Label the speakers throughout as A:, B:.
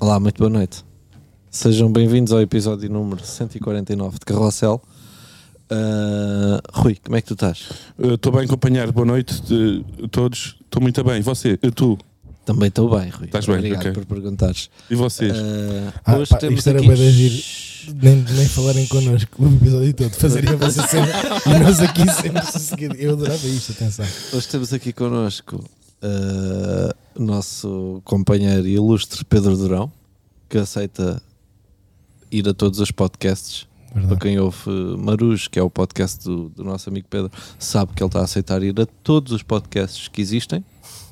A: Olá, muito boa noite. Sejam bem-vindos ao episódio número 149 de Carrossel. Ah, Rui, como é que tu estás?
B: Eh, Estou bem, companheiro. Boa noite de- a todos. Estou muito bem. Você? Eh, tu?
A: Também estou bem, Rui.
B: Estás bem,
A: Obrigado
B: ok.
A: por perguntares.
B: E vocês?
C: Eh,
A: Ah,
D: Ah,
A: hoje
D: pá,
A: temos
D: isto era
A: aqui...
D: bué de giro. Nem, nem falarem connosco o episódio todo, fazerem a vossa cena e nós aqui sempre sossegados. Eu adorava isto, atenção.
A: Hoje temos aqui connosco ah, o nosso companheiro e ilustre Pedro Durão, que aceita ir a todos os podcasts. Para
D: Verdade.
A: quem ouve Marus, que é o podcast do, do nosso amigo Pedro, sabe que ele está a aceitar ir a todos os podcasts que existem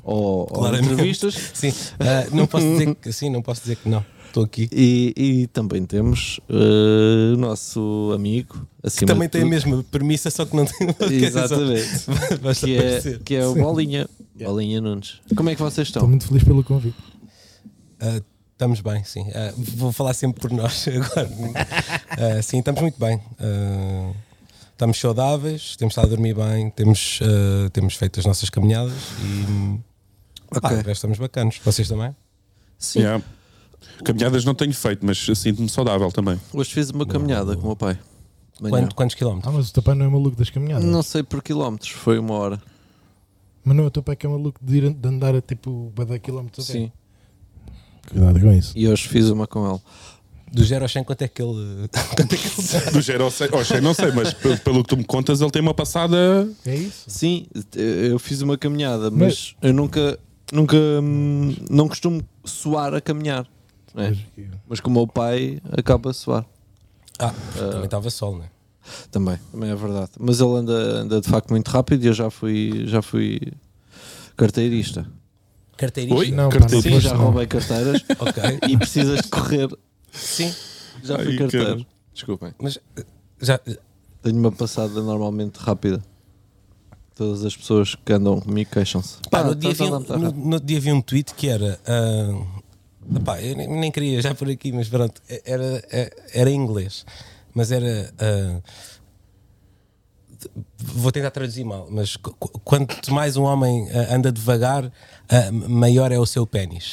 A: ou, ou
C: Claramente.
A: entrevistas.
C: Sim, ah, não posso dizer que sim, não posso dizer que não. Estou aqui.
A: E, e também temos eh, o nosso amigo
C: Que
A: acima
C: também
A: de
C: tem a
A: tudo.
C: mesma premissa, só que não tem uma
A: Exatamente.
C: Basta
A: que é,
C: aparecer.
A: que é o Bolinha. Bolinha Nunes. Como é que vocês
D: Estou
A: estão?
D: muito feliz pelo convite.
C: Ah, estamos bem, sim. Ah, vou falar sempre por nós agora. Ah, sim, estamos muito bem. Ah, estamos saudáveis, temos estado a dormir bem, temos, ah, temos feito as nossas caminhadas e pá,
A: Ok.
C: de resto estamos bacanos. Vocês também?
A: Sim.
B: Yeah. Caminhadas não tenho feito, mas sinto-me saudável também.
A: Hoje fiz uma caminhada com o meu pai. De manhã.
C: Quanto- quantos quilómetros?
D: Ah, mas o teu pai não é maluco das caminhadas.
A: Não sei por quilómetros, foi uma hora.
D: Mas não, o teu pai que é maluco de, ir, de andar a tipo badar quilómetros. até.
A: Sim.
D: Cuidado com isso.
A: E hoje fiz uma com ele.
C: Do 0 ao 100, quanto é que ele. Quanto é que ele dá?
B: Do género, ao sei, ao sei, não sei, mas pe- pelo que tu me contas, ele tem uma passada.
D: É isso?
A: Sim, eu fiz uma caminhada, mas, eu nunca, nunca hum, não costumo suar a caminhar. não é?
D: Pois, que-
A: Mas com o meu pai acaba a suar.
C: Ah, também estava sol, não é?
A: Também, também é verdade. Mas ele anda, anda de facto muito rápido e eu já fui, já fui carteirista.
C: Carteirista?
B: Oi?
D: Não, pá, não
B: Carteirista.
A: Sim, já
D: foste, não.
A: roubei carteiras
C: Ok.
A: e precisas de correr.
C: Sim.
A: Já fui
B: Ai,
A: carteiro.
B: caralho.
A: Desculpem.
C: Mas eh, já. eh,
A: Tenho uma passada normalmente rápida. Todas as pessoas que andam comigo queixam-se.
C: Pá,
A: Ah,
C: no, dia
A: estás a
C: vi,
A: andar
C: um-
A: muito
C: no,
A: rápido.
C: no outro dia vi um tweet que era. ah, pá, eu nem, nem queria já por aqui, mas pronto. eh, Era, eh, era em inglês. Mas era. ah, de- vou tentar traduzir mal, mas qu- qu- quanto mais um homem ah, anda devagar, ah, maior é o seu pênis.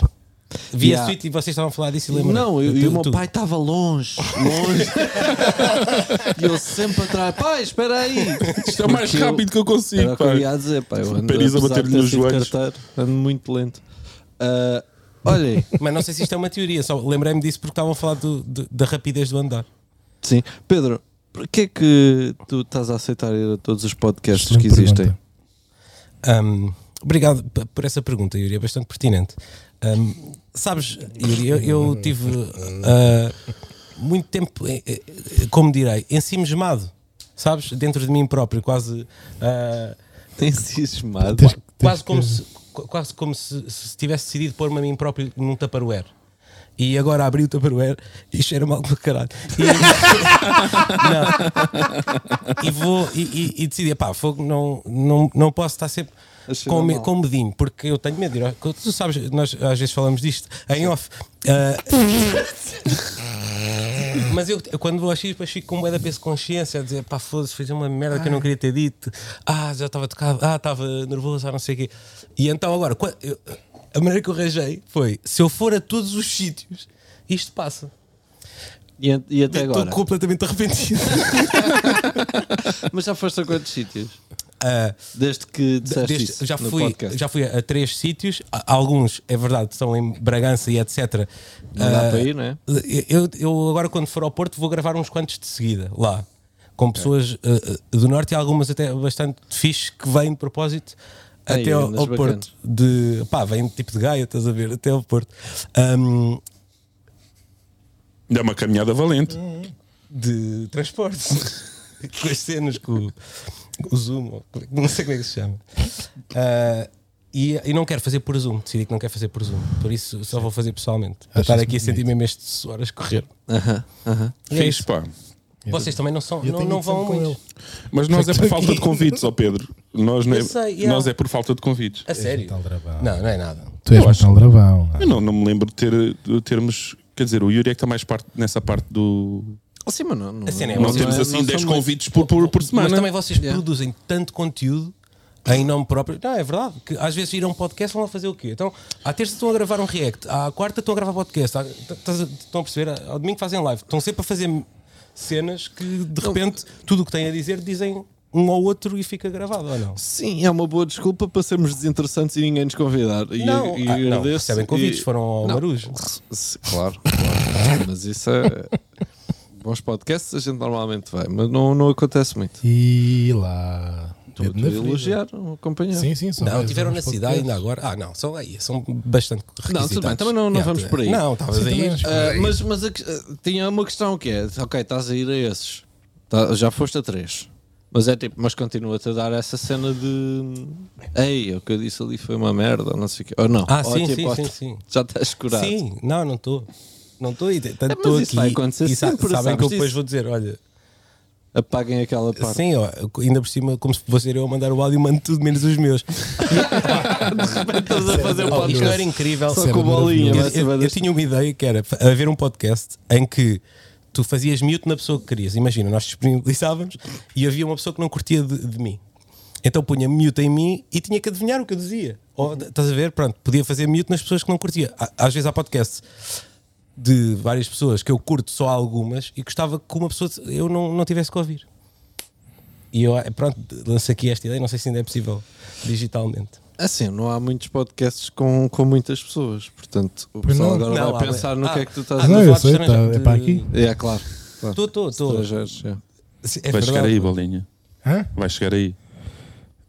C: Vi
A: Yeah.
C: esse tweet e vocês estavam a falar disso e lembro.
A: Não, eu, e o meu pai estava longe, longe. e eu sempre atrás, pai, espera aí.
B: Isto é o mais
A: Porque eu-
B: rápido que eu
A: Era
B: consigo,
A: o que eu
B: pai.
A: ia dizer, pá. Eu ando,
B: Paris a
A: apesar de
B: bater-lhe
A: ter
B: nos
A: sido
B: joelhos.
A: carteiro, ando muito lento. Ah, olhem,
C: Mas não sei se isto é uma teoria, só lembrei-me disso porque estavam a falar do- do- da rapidez do andar.
A: sim. Pedro, porquê é que tu estás a aceitar ir a todos os podcasts
D: Excelente
A: que existem?
D: pergunta.
C: Um, obrigado p- por essa pergunta, Yuri, é bastante pertinente. Um, sabes, Yuri, eu, eu tive uh, muito tempo, eh, eh, como direi, ensimismado, sabes? Dentro de mim próprio, quase. uh,
A: Tem cismado.
D: Tens- tens
C: quase
D: que-
C: como se, qu- quase como se, se tivesse decidido pôr-me a mim próprio num Tupperware. E agora abri o Tupperware e cheira mal do caralho. E, Não. E vou e, e, e decidi, pá, fogo, não, não, não posso estar sempre
A: A cheirar
C: com, me-
A: mal.
C: com medinho, porque eu tenho medo. de ir ao- Tu sabes, nós às vezes falamos disto em off. Ah, mas eu, eu quando vou a X, depois fico com um bué da peso de consciência, a dizer, pá, foda-se, fiz uma merda que eu não queria ter dito, ah, já estava tocado, ah, estava nervoso, ah, não sei o quê. E então agora, qua- eu- a maneira que eu arranjei foi, se eu for a todos os sítios, isto passa.
A: E, an- e até
C: Eu Estou
A: agora.
C: completamente arrependido.
A: Mas já foste a quantos sítios?
C: Ah,
A: Desde que disseste
C: Desde-
A: isso
C: já,
A: no
C: fui,
A: podcast.
C: já fui a, a três sítios, A- alguns, é verdade, são em Bragança e etc.
A: Não dá
C: Ah,
A: para ir, não é?
C: Eu, eu agora, quando for ao Porto, vou gravar uns quantos de seguida lá, com pessoas eh, eh, do Norte e algumas até bastante fixe que vêm de propósito
A: Ei,
C: até ao,
A: andas
C: ao
A: bacana.
C: Porto. De, pá, vêm tipo de Gaia, estás a ver, até ao Porto. Ahm,
B: É uma caminhada valente.
C: Hum. de transporte. com as cenas, com o, o Zoom, ou como é que- não sei como é que se chama. Ah, e, e não quero fazer por Zoom, decidi que não quero fazer por Zoom, por isso só vou fazer pessoalmente. Para estar
D: isso
C: aqui a sentir mesmo este suor a escorrer.
A: Aham, aham.
C: E é
B: Fiz,
C: isso.
B: pá.
C: Vocês também não, são,
D: Eu
C: não,
D: tenho
C: não
D: ido sempre
C: vão
D: com
C: muito.
D: ele.
B: Mas nós é por falta de convites, ó Pedro. Nós, não é,
C: Eu sei, yeah.
B: nós é por falta de convites.
C: A sério?
D: muito aldrabão.
C: Não, não é nada.
D: Tu és
B: Eu
D: muito
B: acho-
D: aldrabão.
B: Eu não, não me lembro de, ter, de termos. Quer dizer, o Yuri é que está mais parte, nessa parte do.
A: Oh, Sim, mas não. não-
C: A cena é
A: não
B: não
C: mas
B: temos
A: é-
B: assim
A: não
B: 10
A: são muito-
B: convites por, por, por
C: Mas
B: semana.
C: também vocês
A: Yeah.
C: produzem tanto conteúdo em nome próprio. Não, é verdade. Que às vezes ir a um podcast vão lá fazer o quê? Então, à terça estão a gravar um react, à quarta estão a gravar podcast, à- t- t- estão a perceber? Ao domingo fazem live. Estão sempre a fazer cenas que de repente tudo o que têm a dizer dizem um ao outro e fica gravado, ou não?
A: Sim, é uma boa desculpa para sermos desinteressantes e ninguém nos convidar. E,
C: não,
A: e
C: ah, não,
A: agradeço
C: recebem
A: e-
C: convites, foram ao
A: Não.
C: Marujo.
A: Se- Claro, claro. mas isso é. Bons podcasts a gente normalmente vai, mas não, não acontece muito.
D: E lá.
A: Estou
C: É
D: Dedo
A: a
D: na ferida.
A: elogiar, o companheiro.
D: Sim, sim, só
C: Não,
D: mais
C: tiveram
D: uns
C: na
D: podcasts.
C: cidade ainda agora. Ah, não, são aí, são bastante
A: Não, tudo bem, também não- não vamos
C: requisitados.
A: por aí.
C: Não, estavas
D: Sim,
C: a ir.
D: também acho que-
A: Ah, mas mas a que- ah, tinha uma questão que é: ok, estás a ir a esses, Tá- já foste a três, mas é tipo, mas continua-te a dar essa cena de ei, o que eu disse ali foi uma merda, ou não sei o quê, ou não,
C: Ah,
A: ou
C: sim,
A: tipo,
C: sim,
A: ó,
C: sim, sim.
A: já estás curado.
C: Sim, não, não estou. Não estou e tanto
A: É, mas
C: estou
A: isso
C: aqui.
A: vai acontecer
C: e sa-
A: sempre,
C: sabem que
A: sabes
C: eu depois
A: disso.
C: vou dizer, olha,
A: Apaguem aquela parte.
C: sim, ó, ainda por cima, como se fosse eu a mandar o áudio, mando tudo menos os meus.
A: Estamos a fazer um
C: Oh, isto
A: podcast.
C: era incrível. é
A: Só com bolinha,
C: Eu,
A: mas
C: eu-
A: vai
C: eu
A: deste-
C: tinha uma ideia que era haver um podcast em que tu fazias mute na pessoa que querias. Imagina, nós disponibilizávamos e havia uma pessoa que não curtia de, de mim. Então punha mute em mim e tinha que adivinhar o que eu dizia. Ou, estás a ver? Pronto, podia fazer mute nas pessoas que não curtia. Á- Às vezes há podcasts de várias pessoas que eu curto só algumas e gostava que uma pessoa eu não, não tivesse que ouvir. E eu, pronto, lanço aqui esta ideia, não sei se ainda é possível digitalmente.
A: Assim, não há muitos podcasts com, com muitas pessoas, portanto, o
D: Pois
A: pessoal
D: não.
A: agora
C: Não,
A: vai
C: há-
A: pensar no
C: ah,
A: que é que tu estás
C: ah,
A: a
D: Não,
A: dizer.
D: eu
C: Mas lá
D: sei,
C: estrangeiro,
D: tá, é
C: de-
D: para aqui.
A: É, claro. claro.
C: Estou, estou, estou.
A: Estrangeiros, é.
C: É
B: Vai chegar
C: verdade.
B: aí, bolinha.
D: Hã?
B: Vai chegar aí.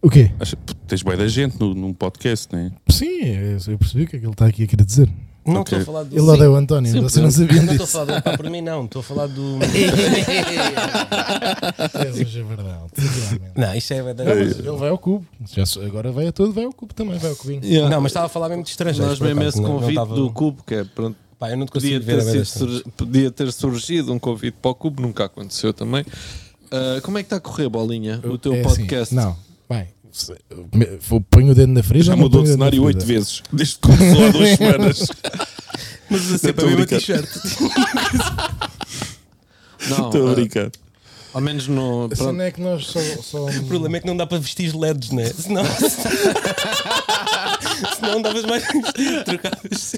D: O quê?
B: Acha- pô, Tens bem da gente no, num podcast, não é?
D: Sim, eu eu percebi o que é que ele está aqui a querer dizer.
C: Não
B: Ok.
C: estou a falar do.
D: Ele
C: sim.
D: odeia o António,
A: Sim,
D: você não sabia
C: Não estou a
D: disso.
C: falar do. pá, Por mim, não. Estou a falar do.
D: Jesus, é verdade. tranquilamente.
C: Não, isto é.
D: Não, mas Ele vai ao cubo. Já se- agora vai a todo, vai ao cubo também, vai ao cubinho.
A: Yeah.
C: Não, mas estava a falar mesmo de
A: Nós
C: estrangeiros. por
A: mesmo
C: acaso,
A: esse
C: não- não
A: convite
C: estava-
D: um
A: do Cubo, que é pronto,
C: Pá, eu não te
A: podia
C: consigo ver
A: ter,
C: a ver assim.
A: sido
C: as cenas.
A: sur- podia ter surgido um convite para o Cubo, nunca aconteceu também. Ah, como é que está a correr, Bolinha, o teu
D: É assim,
A: podcast?
D: não, bem, se- me- vou- ponho o dedo na ferida.
B: Já
D: ou não
B: mudou
D: ponho
B: de
D: o dedo na
B: cenário oito
D: ferida?
B: vezes, desde que começou há duas semanas.
C: Mas
B: sempre a mesma
A: Não,
B: Estou
A: ah,
B: a brincar.
A: ao menos não.
D: A
A: Pronto,
D: cena é que nós só. só-
C: O problema é que não dá para vestir LEDs, né? Senão. Senão davas mais. Trocavas.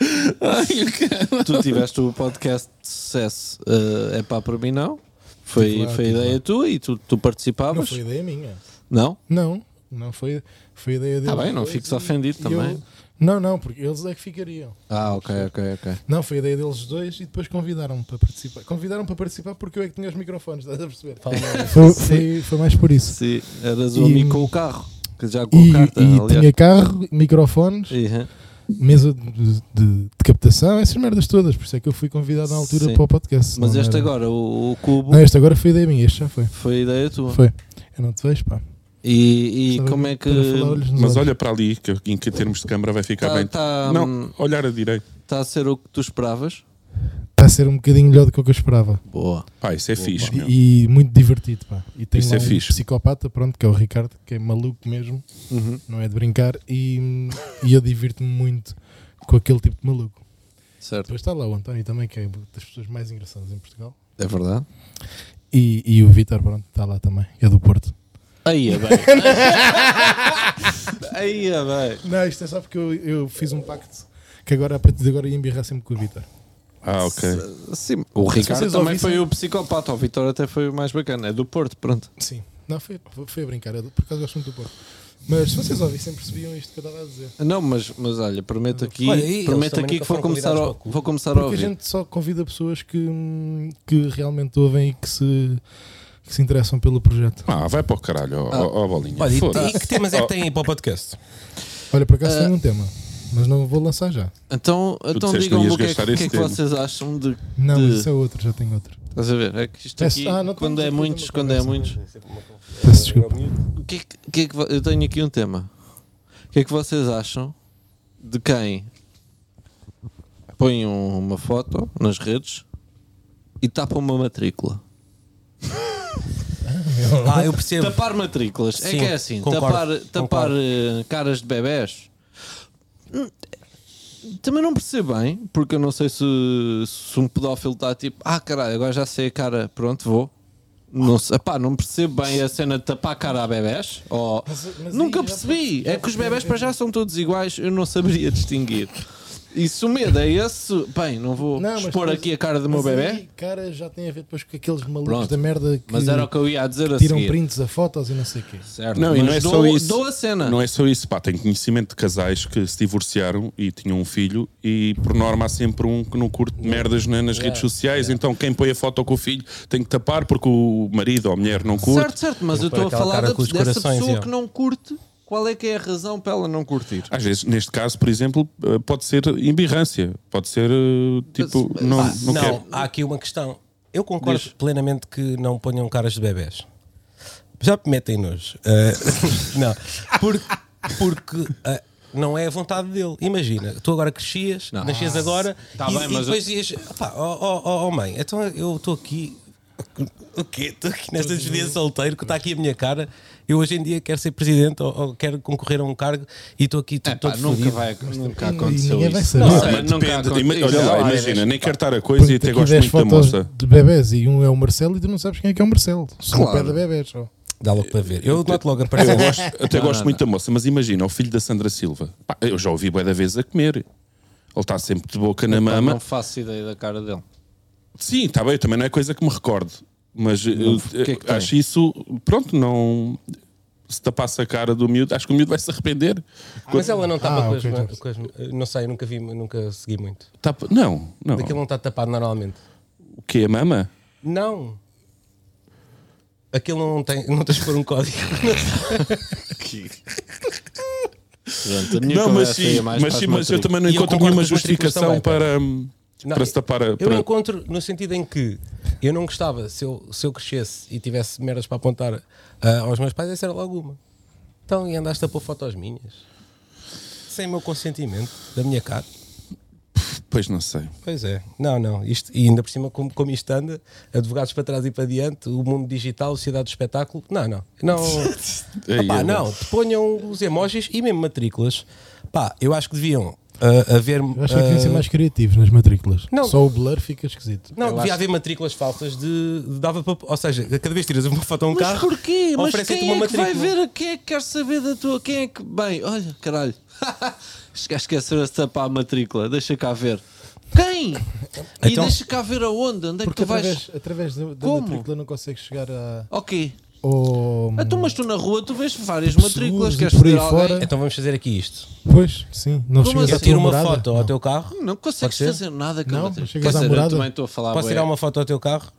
D: é
A: tu tiveste o podcast de sucesso, ah, é pá, para mim não. Foi,
D: lá,
A: foi
D: tive
A: ideia tua e tu, tu
D: não
A: participavas?
D: foi ideia minha.
A: Não?
D: Não, não foi, foi ideia dele.
A: Tá bem, não
D: Foi-
A: fiques ofendido
D: e
A: também.
D: eu- não, não, porque eles é que ficariam.
A: Ah, ok, ok, ok.
D: Não, foi ideia deles dois e depois convidaram-me para participar. Convidaram-me para participar porque eu é que tinha os microfones, estás a perceber? Foi, foi, foi mais por isso.
A: Se eras o
D: E-
A: amigo com o carro, que já com
D: E,
A: a carta,
D: e
A: aliás.
D: tinha carro, microfones,
A: Uhum.
D: mesa de, de- de captação, essas merdas todas. Por isso é que eu fui convidado na altura
A: Sim.
D: para o podcast.
A: Mas
D: não
A: este
D: era-
A: agora, o, o Cubo,
D: Não, este agora foi ideia minha, este já foi.
A: foi ideia tua.
D: Foi. Eu não te vejo, pá.
A: E, e
D: Estava
A: como é que.
D: para falar-lhes nos
B: Mas
D: olhos.
B: olha para ali, que em que termos de câmara vai ficar
A: Está
B: bem.
A: tá,
B: Não,
A: hum,
B: olhar a direita.
A: tá a ser o que tu esperavas?
D: Está a ser um bocadinho melhor do que o que eu esperava.
A: Boa.
B: Pá, isso é fixe, meu.
D: E, e muito divertido, pá. E tem
B: Isso
D: lá
B: é
D: um
B: fixe.
D: psicopata, pronto, que é o Ricardo, que é maluco mesmo, não é de brincar. E, e eu divirto-me muito com aquele tipo de maluco.
A: Certo.
D: Depois está lá o António também, que é uma das pessoas mais engraçadas em Portugal.
A: É verdade?
D: E, e o Vitor, pronto, está lá também, é do Porto.
A: Aí é bem. Aí é bem.
D: Não, isto é só porque eu, eu fiz um pacto que agora, a partir de agora, ia embirrar sempre com o Vitor.
B: Ah, ok.
A: Sim, o Ricardo
D: vocês
A: também
D: ouvissem-
A: foi o psicopata. O Vitor até foi o mais bacana. É do Porto, pronto.
D: Sim. Não, foi, foi a brincar, eu, por acaso gosto muito do Porto. Mas se vocês ouvissem, percebiam isto que eu estava a dizer.
A: Não, mas, mas olha, prometo aqui,
C: Olha, e eles
A: prometo
C: também
A: aqui
C: nunca
A: que vou
C: foram
A: começar,
C: convidados
A: a,
C: para o Cubo.
A: vou começar a
D: Porque a
A: ouvir.
D: gente só convida pessoas que, que realmente ouvem e que se, que se interessam pelo projeto.
B: Ah, vai para o caralho, ó, ó, ó, bolinha.
C: Olha, e,
B: Foda-se.
C: e que temas é que têm aí para o podcast?
D: Olha, por
A: Ah,
D: acaso tenho um tema, mas não vou lançar já.
A: Então, então
B: disseste que não
A: digam-me
B: ias
A: o que é que,
B: gastar
A: o que é
B: esse
A: que
B: tempo.
A: vocês acham de.
D: Não,
A: de-
D: isso é outro, já tenho outro.
A: Estás a ver? É que isto
D: É-
A: aqui,
D: ah, não
A: quando
D: estamos
A: é
D: aqui a ter
A: muitos,
D: uma
A: quando é
D: conversa,
A: muitos.
D: Peço desculpa.
A: O que é que, o que é que vo- eu tenho aqui um tema. O que é que vocês acham de quem põe um- uma foto nas redes e tapa uma matrícula?
C: Ah, eu percebo.
A: Tapar matrículas é
C: Sim,
A: que é assim,
C: concordo,
A: tapar, tapar
C: concordo.
A: eh, caras de bebés. Hum, Também não percebo bem, porque eu não sei se, se um pedófilo está tipo, ah caralho, agora já sei a cara, pronto, vou. Não, sei, epá, não percebo bem a cena de tapar a cara a bebés. Ou...
D: mas
A: Nunca
D: aí já
A: percebi. é que os bebés para já são todos iguais, eu não saberia distinguir. E se o medo é esse, bem, não vou
D: Não, mas
A: expor
D: depois-
A: aqui a cara do meu
D: mas
A: bebê.
D: aí, cara, já tem a ver depois com aqueles malucos
A: Pronto.
D: da merda que
A: Mas era o que eu ia a dizer a
D: tiram
A: seguir.
D: prints a fotos e não sei o quê.
A: Certo,
B: Não, e
A: mas
B: não é
A: dou,
B: só isso.
A: dou a cena.
B: Não é só isso, pá. Tenho conhecimento de casais que se divorciaram e tinham um filho e por norma há sempre um que não curte merdas né, nas redes sociais. Então quem põe a foto com o filho tem que tapar porque o marido ou a mulher não curte.
A: Certo, certo, mas eu estou
C: pôr
A: a
C: aquela
A: falar
C: cara
A: da-
C: com os
A: dessa
C: corações,
A: pessoa
C: é.
A: que não curte. Qual é que é a razão para ela não curtir?
B: Às vezes, neste caso, por exemplo, eh, pode ser embirrância, pode ser eh, tipo,
A: Mas-
B: não,
A: Ah,
B: não,
C: não,
B: quero.
C: há aqui uma questão. Eu concordo
B: Diz.
C: plenamente que não ponham caras de bebés. Já me metem nos. Eh, não. Por- porque ah, não é a vontade dele. Imagina, tu agora crescias,
A: Não.
C: nascias
A: Ah,
C: agora
A: tá
C: e,
A: bem,
C: e
A: mas
C: depois ias. Pá, oh, oh, oh, oh, mãe, então eu estou aqui. O quê? Estou aqui nesta despedida de solteiro que está aqui a minha cara. Eu hoje em dia quero ser presidente ou, ou quero concorrer a um cargo e estou aqui
A: É,
C: todo
A: pá, nunca,
C: fodido.
A: vai, nunca
D: E
A: aconteceu
D: ninguém vai
A: isso.
D: saber.
A: Não
B: Ah,
A: sei,
B: mas
A: nunca
B: depende.
A: aconteceu.
B: Ima- Olha lá,
A: Não,
B: imagina, nem quero estar a
D: Porque
B: coisa e até
D: aqui
B: gosto
D: vês
B: muito da
D: fotos
B: moça.
D: de bebés e um é o Marcelo e tu não sabes quem é que é o Marcelo. Só
A: Claro.
D: o pé de bebés. só.
C: Dá logo para ver. Eu noto logo a
B: Eu
C: aparecer.
B: gosto- até gosto muito da moça, mas imagina, o filho da Sandra Silva. Pá, eu já ouvi bué da vez a comer. Ele está sempre de boca na
A: Pá,
B: mama.
A: Então Não faço ideia da cara dele.
B: Sim, está bem, também não é coisa que me recordo. Mas eu,
A: o que é que
B: eu acho isso, pronto, não. Se tapasse a cara do miúdo, acho que o miúdo vai se arrepender.
A: é
C: Mas ela não tapa
D: Ah,
C: com,
D: ok,
C: as,
D: já
C: com as. Não sei, eu nunca vi, nunca segui muito.
B: Tapa- Tá, não, não.
C: Daquilo não está tapado normalmente.
B: O que é a mama?
C: Não. Aquilo não tem. Não tens por um código.
A: Pronto, a minha
B: Não, mas
A: conversa ia
B: sim,
A: mais
B: mas,
A: para
B: sim,
A: as
B: mas eu
A: matrículas.
B: também não
C: E eu
B: encontro
C: concordo
B: nenhuma
C: com os matrículas
B: justificação
C: também,
B: para,
C: Não,
B: para se tapar a.
C: Eu
B: para-
C: encontro no sentido em que eu não gostava se eu, se eu crescesse e tivesse merdas para apontar ah, aos meus pais, essa era logo uma. Então, e andaste a pôr fotos minhas. Sem o meu consentimento, da minha cara.
B: Pois não sei.
C: Pois é, não, não. Isto, e ainda por cima, como, como isto anda, advogados para trás e para diante, o mundo digital, sociedade do espetáculo. Não, não. Não, Epá,
B: eu-
C: não. Te ponham os emojis e mesmo matrículas. Pá, eu acho que deviam ah, haver.
D: Eu acho que
C: ah,
D: deviam ser mais criativos nas matrículas.
C: não.
D: Só o blur fica esquisito.
C: ah, Não,
A: Eu
C: devia
A: acho-
C: haver matrículas falsas de. de dava para, ou seja, a cada vez que tiras uma foto a um
A: Mas
C: carro.
A: porquê? Mas
C: oferecem-te
A: quem é
C: uma
A: que vai
C: matrícula.
A: ver? Quem é que quer saber da tua? Quem é que. Bem, olha, caralho. Esqueceram-se de tapar a matrícula. Deixa cá ver. Quem? E
C: Então-
A: deixa cá ver aonde? Onde é que
D: Porque
A: tu vais?
D: através, através da, da
A: Como?
D: matrícula não consegues chegar a.
A: Ok.
D: Ao...
A: Então, mas tu na rua tu vês várias
D: Pessoas
A: matrículas.
D: e
A: Queres
D: por aí
A: pedir alguém?
D: fora.
C: Então vamos fazer aqui isto.
D: Pois, sim. Não
A: Como
D: chegas
A: assim?
D: à
C: Eu
D: tua
C: tiro uma
D: morada.
C: foto
D: Não.
C: ao teu carro.
A: Não consegues
C: ser?
A: fazer nada com a
D: Não,
A: matrícula.
D: chegas
A: Quer
D: à
A: dizer,
D: morada.
A: Eu também estou a falar.
C: Posso
A: bué.
C: tirar uma foto ao teu carro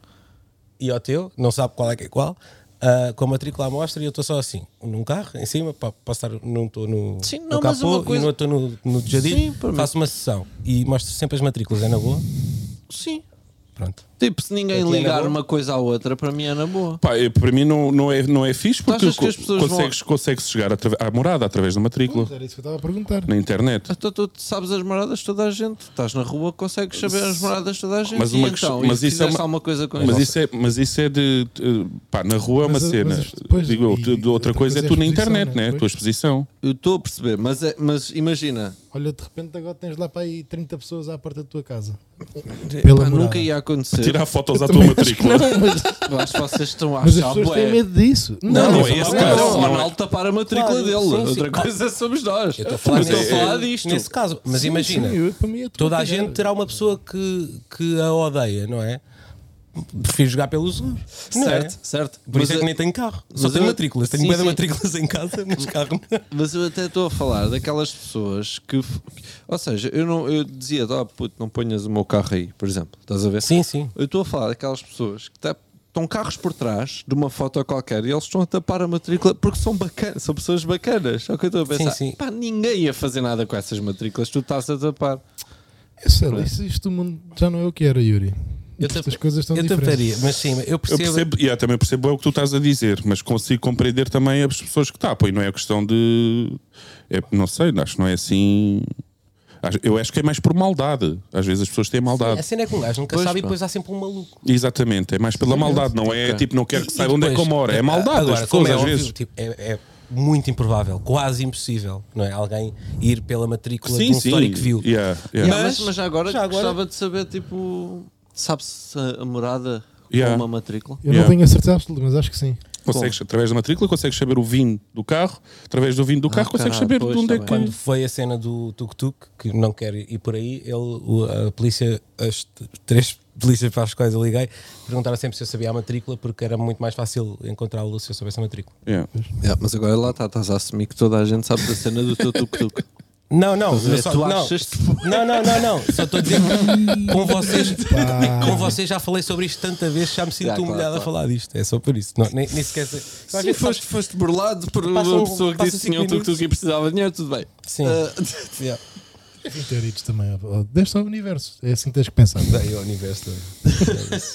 C: e ao teu, não sabe qual é que é qual, ah, com a matrícula à mostra e eu estou só assim, num carro, em cima, pá, posso estar, não estou no,
A: Sim,
C: no
A: não, mas
C: capô
A: uma coisa-
C: e não estou no, no
A: Sim,
C: jardim,
A: por mim.
C: faço uma sessão e mostro sempre as matrículas, é na boa?
A: Sim.
C: Pronto.
A: Tipo, se ninguém
C: Aqui é na
A: ligar
C: boa?
A: uma coisa à outra, para mim é na boa.
B: Pá, eu- para mim não, não, é, não é fixe porque
A: achas que as pessoas vão-
B: consegues, consegues chegar atrave- à morada através da matrícula
D: Era isso que eu estava a perguntar.
B: na internet.
A: Então tu sabes as moradas de toda a gente. Estás na rua, consegues saber as moradas de toda a gente.
B: Mas
A: E
B: uma
A: então,
B: questão-
A: e
B: mas
A: se
B: isso é
A: fizeste
B: uma-
A: alguma coisa com
B: Mas
A: isso?
B: isso, é, mas isso é de. eh, Pá, na rua é uma
D: Mas a-
B: cena.
D: mas as- pois,
B: Digo eu,
D: e-
B: de- de outra coisa é tu na
D: exposição,
B: internet,
D: né?
B: né? A tua
D: Pois.
B: exposição.
A: Eu estou a perceber, mas, é- mas imagina,
D: Olha, de repente agora tens lá para aí 30 pessoas à porta da tua casa.
A: pá,
D: Pela
A: nunca
D: morada.
A: ia acontecer.
B: Tirar fotos à tua matrícula.
D: mas,
A: Eu acho que vocês estão a
D: mas as
A: achar
D: pessoas têm
A: bué.
D: medo disso. Não,
B: não é
A: Uma
B: esse
A: coisa
B: caso,
A: o
B: não é.
A: Ronaldo tapar a matrícula
C: Claro,
A: dele.
C: sim, sim.
A: Outra
C: Ah,
A: coisa somos nós. Eu
C: estou a falar
A: estou a
B: nesse-
A: falar é- disto.
C: Nesse caso, mas
D: Sim,
C: imagina,
D: sim, eu- para mim é tudo
C: toda a
D: cagar.
C: gente terá uma pessoa que, que a odeia, não é? Prefiro jogar pelo seguro. não é?
A: Certo, certo.
C: Por
A: Mas
C: isso é que
A: eu-
C: nem tenho carro. Só
A: mas
C: tenho
A: eu-
C: matrículas. Tenho
A: Sim,
C: bué de
A: sim.
C: matrículas em casa, mas carro não.
A: Mas eu até estou a falar daquelas pessoas que. f- Ou seja, eu, não, eu dizia, oh puto, não ponhas o meu carro aí, por exemplo. Estás a ver?
C: Sim, sim.
A: Eu estou a falar daquelas pessoas que tá- estão carros por trás de uma foto qualquer e eles estão a tapar a matrícula porque são bacanas, são pessoas bacanas. É o que eu estou a pensar.
C: sim.
A: Pá, ninguém ia fazer nada com essas matrículas, tu estás a tapar.
D: Eu sei lá, isso, isto o mundo já não é o que era, Yuri.
C: Eu
D: Estas
C: tap-
D: coisas estão
C: Eu
D: diferentes.
C: taparia, mas sim, eu
B: Eu
C: percebo.
B: percebo, e eu também percebo é o que tu estás a dizer, mas consigo compreender também as pessoas que tapam. E não é questão de. é- não sei, acho que não é assim. Acho- Eu acho que é mais por maldade. Às vezes as pessoas têm maldade.
C: A cena é que um gajo nunca
A: Pois,
C: sabe e
A: pá.
C: depois há sempre um maluco.
B: Exatamente, é mais pela maldade, não é tipo não quero que
C: E-
B: saiba
C: e
B: onde é que eu
C: depois-
B: moro, é maldade
C: Agora,
B: das pessoas
C: como é
B: às
C: óbvio,
B: vezes.
C: tipo, é, é muito improvável, quase impossível, não é? Alguém ir pela matrícula de um histórico view.
B: Yeah, yeah.
A: Yeah, mas, mas já agora
C: já agora-
A: gostava de saber, tipo, sabe-se a, a morada,
B: Yeah.
A: Ou uma matrícula.
D: Eu
B: Yeah.
D: não tenho a certeza absoluta, mas acho que sim.
B: Consegues, através da matrícula, consegues saber o vinho do carro, através do
C: Ah,
B: vinho do carro, consegues
A: caralho,
B: saber de
A: pois,
B: onde é
A: tá
B: que.
A: bem.
C: Quando foi a cena do tuk-tuk, que não quer ir por aí, ele, o- a polícia, as t- três polícias para as quais eu liguei, perguntaram sempre se eu sabia a matrícula, porque era muito mais fácil encontrá-lo se eu soubesse a matrícula.
B: Yeah.
A: Yeah, mas agora lá está, estás a assumir que toda a gente sabe da cena do teu tuk-tuk.
C: Não,
A: Estás
C: não,
A: a ver?
C: eu só-
A: tu
C: não.
A: achas
C: Não, não, não, não. Só estou a dizer que com vocês,
D: Pá.
C: com vocês já falei sobre isto tanta vez, já me sinto
A: Já, claro,
C: humilhado a
A: claro.
C: falar disto. É só por isso. Não, nem, nem sequer sei. Às
A: Se
C: vezes
A: foste, foste burlado por uma
C: Passa um-
A: pessoa que
C: passa
A: disse que
C: cinco
A: tinha um tuk-tuk
C: minutos.
A: e precisava de dinheiro, tudo bem.
C: Sim.
B: eh,
A: Ah,
C: sabes- Yeah.
D: 20 euritos também. ó, ó, Deixa ao universo. É assim que tens que pensar.
C: Daí ao universo todo.
D: O
C: Ah, Eh, mas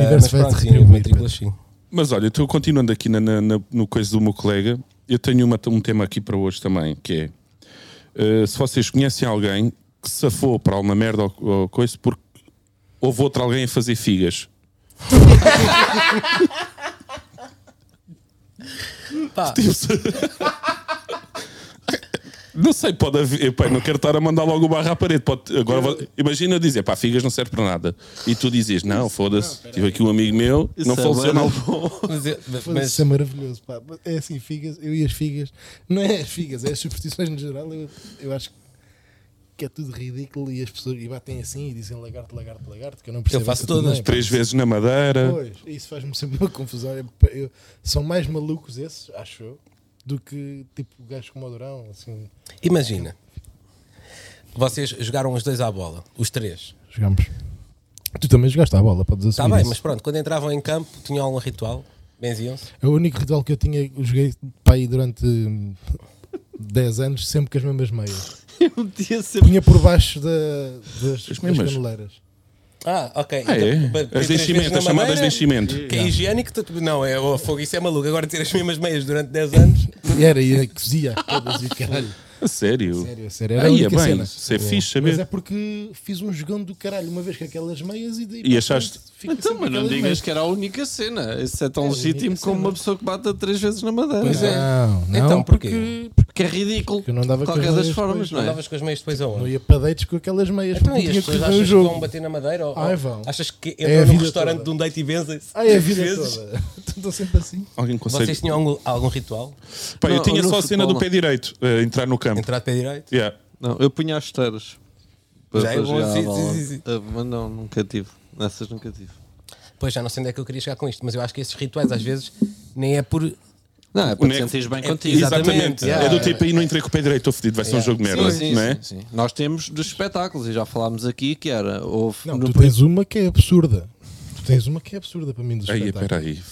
D: universo vai te
C: pronto, sim,
D: retribuir.
C: matrículas,
D: Pedro.
C: sim.
B: Mas olha, estou continuando aqui na, na- na- no coisa do meu colega, eu tenho uma- um tema aqui para hoje também, que é uh, se vocês conhecem alguém que safou para alguma merda ou, ou coisa porque houve outro alguém a fazer figas.
C: Pá,
B: Não sei, pode haver. Epá, não quero estar a mandar logo o barro à parede. Pode, agora vou- imagina eu dizer, pá, figas não serve para nada. E tu dizes, não, foda-se, tive aqui um amigo meu, não
A: isso é
B: funcionou.
A: bué da bom.
C: mas, eu- mas-
D: Mas... Isso é maravilhoso, pá. É assim, figas, eu e as figas, não é as figas, é as superstições no geral. Eu, eu acho que é tudo ridículo e as pessoas e batem assim e dizem lagarto, lagarto, lagarto, que eu não percebo.
C: Eu faço
D: essa também,
C: todas,
D: pá.
B: Três vezes na madeira.
D: Pois, isso faz-me sempre uma confusão. É, pá, eu- são mais malucos esses, acho eu, do que tipo gajos como o Durão, assim.
C: imagina, vocês jogaram os dois à bola, os três.
D: Jogamos. Tu também jogaste à bola, podes
C: Está
D: assumir
C: Tá bem,
D: isso.
C: mas pronto, quando entravam em campo, tinham algum ritual, benziam-se.
D: É o único ritual que eu tinha, eu joguei para aí durante hum, 10 anos, sempre com as mesmas meias.
A: Eu metia sempre.
D: Punha por baixo da, das, das
B: mesmas?
D: caneleiras.
C: Ah, ok.
B: Ah,
A: Então,
B: é? As
C: enchimentos,
B: enchimentas, chamadas de enchimento.
C: Que é higiênico, tu- não, é o fogo, isso é maluco. Agora ter as mesmas meias durante 10 anos.
D: E era, e é a cozia todas e caralho.
B: A sério.
D: Sério, sério, era a
B: Aí é
D: única
B: bem,
D: cena.
B: isso é fixe
D: Mas
B: saber.
D: é porque fiz um jogão do caralho uma vez com aquelas meias e daí.
B: E achaste-
D: Fica
A: Então,
D: sempre
A: mas não
D: aquelas
A: digas
D: meias.
A: que era a única cena. Isso é tão
D: a
A: legítimo
D: única
A: como
D: cena.
A: uma pessoa que bata três vezes na madeira.
C: Pois é.
D: Não, não,
C: Então, porquê?
D: porque
A: Que é ridículo.
D: Eu não dava
A: de qualquer
D: com as
A: das
D: meias,
A: formas,
D: pois,
A: não é?
C: Andavas com as meias depois
D: não
C: aonde?
D: ia para deites com aquelas meias. Então,
C: Então, e as
D: tinha que
C: pessoas
D: fazer
C: achas
D: um
C: que
D: jogo.
C: vão bater na madeira? Ou,
D: Ai,
C: ou
D: vão. É
C: Achas que
D: a
C: entram num
D: vida
C: restaurante
D: toda. Ah, é.
C: de um date e benzem-se?
D: Ai, a vida
C: vezes?
D: toda. Estou sempre assim.
B: Alguém consegue.
C: Vocês tinham algum, algum ritual?
B: Pá, eu
A: Não,
B: tinha
A: no
B: só a cena
A: futebol,
B: do pé direito, eh, entrar no campo.
C: Entrar de pé direito?
B: Yeah.
A: Não, eu punha as esteiras. Para,
C: Já é
A: para
C: bom,
A: jogar à
C: sim,
A: bola.
C: sim, sim, sim.
A: Ah, Mas não, nunca tive. Nessas nunca tive.
C: Pois já não sei onde é que eu queria chegar com isto, mas eu acho que esses rituais às vezes nem é por.
A: Não, é para te
B: Neco-
A: sentires bem
C: é-
A: contigo.
B: Exatamente.
C: Exatamente, yeah.
B: É do tipo aí não entrei com o pé direito, estou fedido, vai ser um jogo de merda.
A: Sim, sim,
B: não é?
A: sim, sim. Nós temos dos espetáculos e já falámos aqui que era. Houve
D: Não,
A: no
D: tu
A: prim-
D: tens uma que é absurda. Tu tens uma que é absurda para mim dos
B: Aí,
D: espetáculos.
B: espera aí.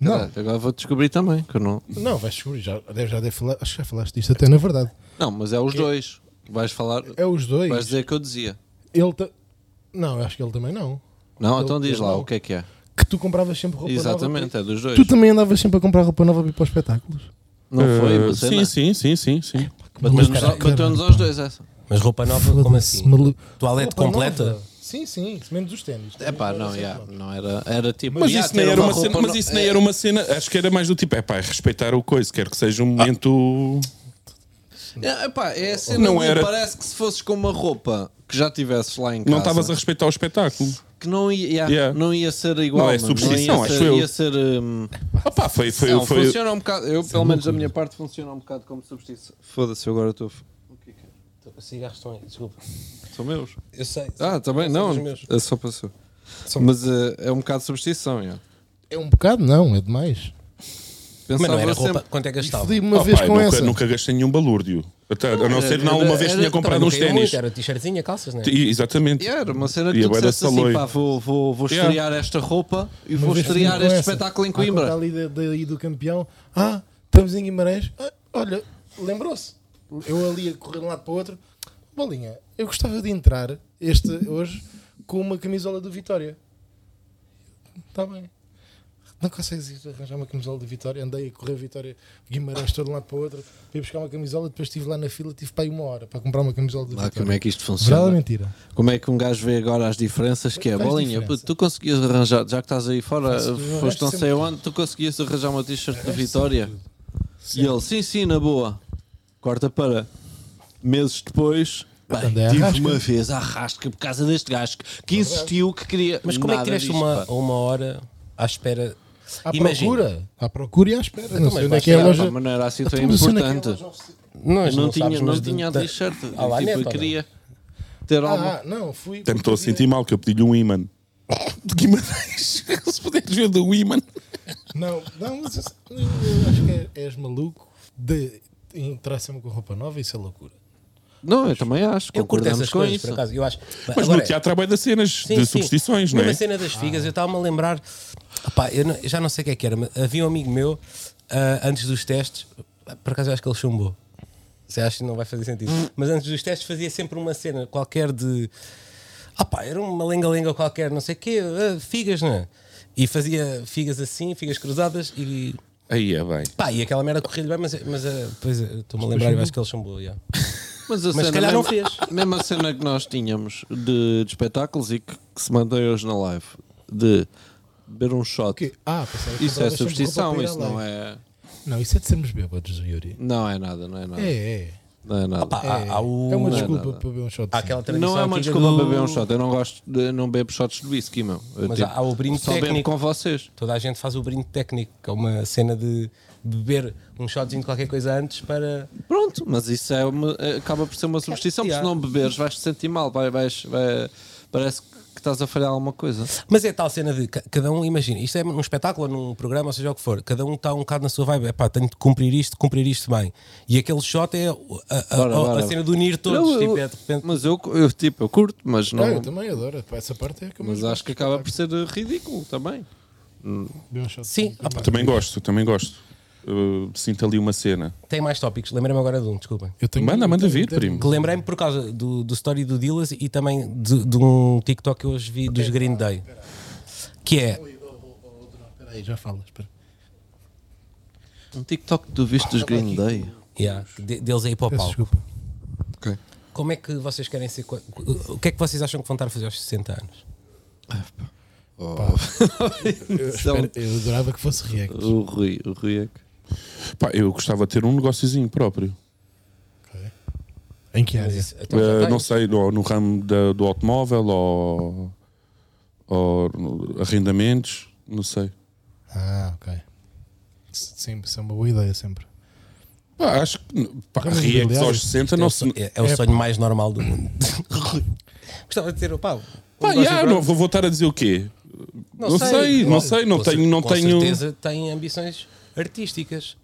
D: Não,
A: Caralho, Agora vou descobrir também. Que eu não...
D: não, vais descobrir. Já, deve- já deve falar, acho que já falaste disto até na verdade.
A: não, mas é os dois. Vais falar.
D: É os dois.
A: Vais dizer que eu dizia.
D: Ele ta- Não, eu acho que ele também não.
A: Não,
D: Eu-
A: então diz
D: eu
A: lá
D: não.
A: o que é que é.
D: Que tu compravas sempre roupa nova.
A: Exatamente, é dos dois.
D: Tu também andavas sempre a comprar roupa nova para ir para os espetáculos.
A: Não foi uma
B: Eh,
A: cena?
B: sim, sim, sim, sim, sim.
A: Bateu-nos ao-
D: Caralho,
A: Bateu-nos
D: caralho,
A: aos
D: pá.
A: dois essa.
C: Mas roupa nova, como
D: Foda-se,
C: assim?
D: maluco.
C: Toalete
D: Roupa
C: completa?
D: nova. Sim, sim, menos os ténis.
A: É pá, não, já, não era. Era tipo.
B: Mas
A: já,
B: isso
A: ter
B: nem era uma cena,
A: roupa
B: mas
A: no- é.
B: isso nem era uma cena, acho que era mais do tipo, é pá, é respeitar o coisa, quero que seja um
A: Ah.
B: momento.
A: É, epá, é a cena
B: Não
A: de-
B: era-
A: Parece que se fosses com uma roupa que já tivesses lá em casa.
B: Não estavas a respeitar o espetáculo.
A: Que não ia,
B: Yeah.
A: não ia ser igual.
B: Não, é
A: mano.
B: superstição,
A: ia ser,
B: acho eu.
A: Ia ser. hum,
B: Ah pá, foi, foi,
A: não,
B: foi-
A: funciona um bocado. Eu, pelo menos da minha parte, funciona um bocado como substituição. Foda-se, eu agora estou. O que é que é?
C: Cigarros estão aí, desculpa.
A: São meus.
C: Eu sei.
A: Ah, também não.
C: São os meus.
A: é Só passou. Mas eh, é um bocado de substituição, já.
D: É um bocado, não, é demais.
C: Mas não
A: Pensava
C: era roupa,
A: sempre-
C: quanto é que gastava?
D: Fodi uma
B: Ah,
D: vez
B: pá, eu
D: com
B: nunca,
D: essa.
B: nunca gastei nenhum balúrdio. Até- a não ser
A: era-
B: que uma
A: era-
B: vez
A: um
B: tinha
A: também
B: comprado
C: Não
B: uns
C: caiu
B: ténis.
C: muito, Era t-shirtzinha, calças, né?
B: E- Exatamente.
A: Yeah, era uma cena que
B: E a
A: tu
B: bué da
A: disseste assim,
B: saloio.
A: pá, vou, vou, vou
B: Yeah.
A: estrear esta roupa e
D: Uma
A: vou
D: vez
A: estrear
D: fui com
A: este
D: essa.
A: espetáculo em
D: À conta
A: Coimbra.
D: ali da- daí do campeão. Ah, estamos em Guimarães. Ah, olha, lembrou-se. Eu ali a correr de um lado para o outro. Bolinha, eu gostava de entrar este hoje com uma camisola do Vitória. Está bem. Não consegues ir arranjar uma camisola do Vitória? Andei a correr Vitória Guimarães todo de um lado para o outro. Fui buscar uma camisola, depois estive lá na fila, tive para aí uma hora para comprar uma camisola do
A: Lá,
D: Vitória.
A: como é que isto
D: Verdade ou
A: funciona?
D: mentira?
A: Como é que um gajo vê agora as diferenças? Que é,
D: Faz
A: bolinha,
D: diferença.
A: puto, tu conseguias arranjar, já que estás aí fora,
D: Faço tudo,
A: foste não
D: arranjo
A: sei onde, tu conseguias arranjar uma t-shirt da Vitória? E
D: Sempre.
A: ele, sim, sim, na boa. Corta para meses depois, Bem,
D: Quando é
A: tive
D: Arrasca.
A: uma vez a arrasca por causa deste gajo que- que insistiu que queria.
C: Mas como é que
A: Nada
C: tiveste
A: disto,
C: uma,
A: pá.
C: uma hora à espera?
D: À
C: Imagina. Então,
D: procura. À procura e à espera. Não
C: mas
D: sei onde é
C: vais
D: que é a
C: chegar,
A: Pá,
D: loja.
A: mas não era assim tão
D: Então, mas onde é que
A: importante.
C: Não,
A: não,
C: sabes,
A: tinha, não
C: mas de-
A: tinha a
C: da-
A: t-shirt.
C: Ah, lá
A: Tipo,
C: neta,
A: eu
C: não?
A: queria ter alguma.
D: Ah, não, fui.
B: Até me estou a sentir mal que eu pedi-lhe um imã. De Guimarães. Se puderes ver do imã.
D: Não, não, mas eu, eu acho que é- és maluco de interessa-me com roupa nova, isso é loucura.
A: Não, eu também acho.
C: Eu curto
A: concordamos
C: essas
A: com
C: coisas,
A: isso.
C: por acaso. Eu acho.
B: Mas
C: Agora,
B: no teatro há bué das cenas
C: sim,
B: de
C: sim.
B: superstições, não
C: Mesmo
B: é?
A: assim-
C: a cena das figas, eu estava-me a lembrar. Epá, eu, não- eu já não sei o que é que era, mas havia um amigo meu, ah, antes dos testes, por acaso eu acho que ele chumbou. Você acha que não vai fazer sentido?
B: Hum.
C: Mas antes dos testes fazia sempre uma cena qualquer de. Ah pá, era uma lenga-lenga qualquer, não sei o quê, ah, figas, não é? E fazia figas assim, figas cruzadas e.
B: Aí é bem.
C: Pá, e aquela merda corria-lhe bem, mas, mas ah, depois ah, estou-me a lembrar, eu acho que ele chumbou. já.
D: É,
A: Mas, a
C: Mas se calhar não
A: mesmo-
C: fez.
A: Mesmo a cena que nós tínhamos de, de espetáculos e que, que se mantém hoje na live, de beber um shot.
D: Que, ah, pensava que
A: Isso é
D: compravas sempre roupa
A: substituição,
D: para ir à
A: isso não
D: live.
A: é.
D: Não, isso é de sermos bêbados, Yuri.
A: Não é nada, não é nada.
D: É, é.
A: Não é nada.
C: Pá, há, há o-
D: é uma
A: não é
D: desculpa
A: nada.
D: para beber um shot.
C: Ah, há aquela tradição
A: Não é uma
C: antiga
A: desculpa
C: do-
A: para beber um shot. Eu não gosto, de- eu não bebo shots de whisky, meu. Eu, tipo,
C: Mas há- há o brinde
A: só bebo
C: técnico.
A: com vocês.
C: Toda a gente faz o brinde técnico, que é uma cena de beber um shotzinho de qualquer coisa antes para.
A: Pronto, mas isso é uma- acaba por ser uma substituição, porque se
C: Yeah.
A: não beberes vais te sentir mal, vai, vais, vai- parece que estás a falhar alguma coisa.
C: Mas é tal cena de ca- cada um, imagina, isto é num espetáculo, ou num programa, ou seja o que for, cada um está um bocado na sua vibe, epá, tenho de cumprir isto, cumprir isto bem. E aquele shot é a, a- a-
A: Bora,
C: a
A: bora.
C: cena de unir todos,
A: Eu- eu-
C: tipo, é de repente.
A: Mas eu, eu, tipo, eu curto, mas não.
D: Ah, eu também adoro. Pá, Essa parte é que eu mais
A: mas acho que acaba por ser eh, ridículo também.
D: gosto. Beber um shot.
C: Sim, ah, pá,
B: Também gosto, também gosto. Uh, sinto ali uma cena.
C: tem mais tópicos, lembrei-me agora de um, desculpem.
D: Eu tenho- um
B: Manda, manda
D: eu tenho-
B: vir, primo.
C: Que lembrei-me por causa do, do story do Dillas e também de, de um TikTok que eu hoje vi dos Green Day. Que é,
D: Espera aí, já falo. Espera.
A: Um TikTok do visto dos Green Day.
C: yeah, de- deles aí para o
D: Peço
C: palco.
D: desculpa.
C: Como é que vocês querem ser. co- O que é que vocês acham que vão estar a fazer aos 60 anos?
D: Eu, espero- eu adorava que fosse react.
A: O Rui, o Rui é que.
B: Pá, eu gostava de ter um negóciozinho próprio.
D: Ok. Em que área?
C: Então, já
B: Uh,
C: tens.
B: não sei, ou no ramo da- do automóvel ou, ou no- arrendamentos, não sei.
D: Ah, ok. Sim, isso é uma boa ideia sempre.
B: Pá, acho que pá,
D: Ramo
B: Reacts
D: imobiliário.
B: aos 60 Eh, não se.
C: É, é o
D: É,
C: sonho mais normal do mundo. Gostava de ter o pau.
B: Pá, já, não, vou voltar a dizer o quê? Não, sei, não sei, não tenho, não
C: com
B: tenho
C: certeza tem ambições artísticas.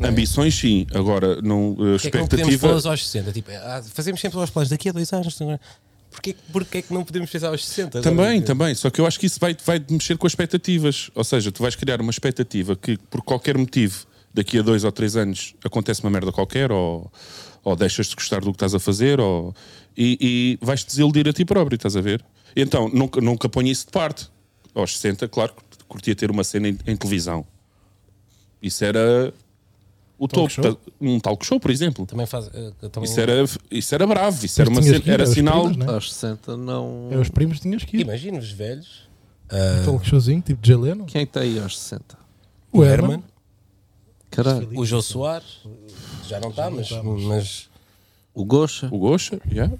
B: ambições, sim. Agora, não, uh,
C: Porque é que não podemos
B: expectativa.
C: pô-las aos 60? Tipo, ah, fazemos sempre os planos daqui a dois anos. não é? Porquê, porquê é que não podemos pensar aos 60? agora?
B: Também, também. Só que eu acho que isso vai, vai mexer com as expectativas. Ou seja, tu vais criar uma expectativa que, por qualquer motivo, daqui a dois ou três anos acontece uma merda qualquer, ou, ou deixas de gostar do que estás a fazer, ou, e, e vais-te desiludir a ti próprio, estás a ver? Então, nunca, nunca ponha isso de parte. Aos 60, claro que curtia ter uma cena em, em televisão. Isso era o
D: Talk
B: topo.
D: show?
B: tá- Um talk show, por exemplo.
C: Também faz. ah, também-
B: Isso era, isso era bravo, isso era, uma
D: Tinhas
B: cena-
D: que ir
B: era
D: aos
B: sinal.
D: primos, né?
A: Aos 60 não.
D: É os primos tinhas que ir.
C: Imagino-vos velhos.
D: Aquele showzinho, tipo de geleno.
A: Quem é ah. que é, está aí aos 60?
C: O Herman,
A: Caralho.
C: o João Soares. Já não está, mas, hum, mas
A: O Gocha.
B: O Gosha, yeah.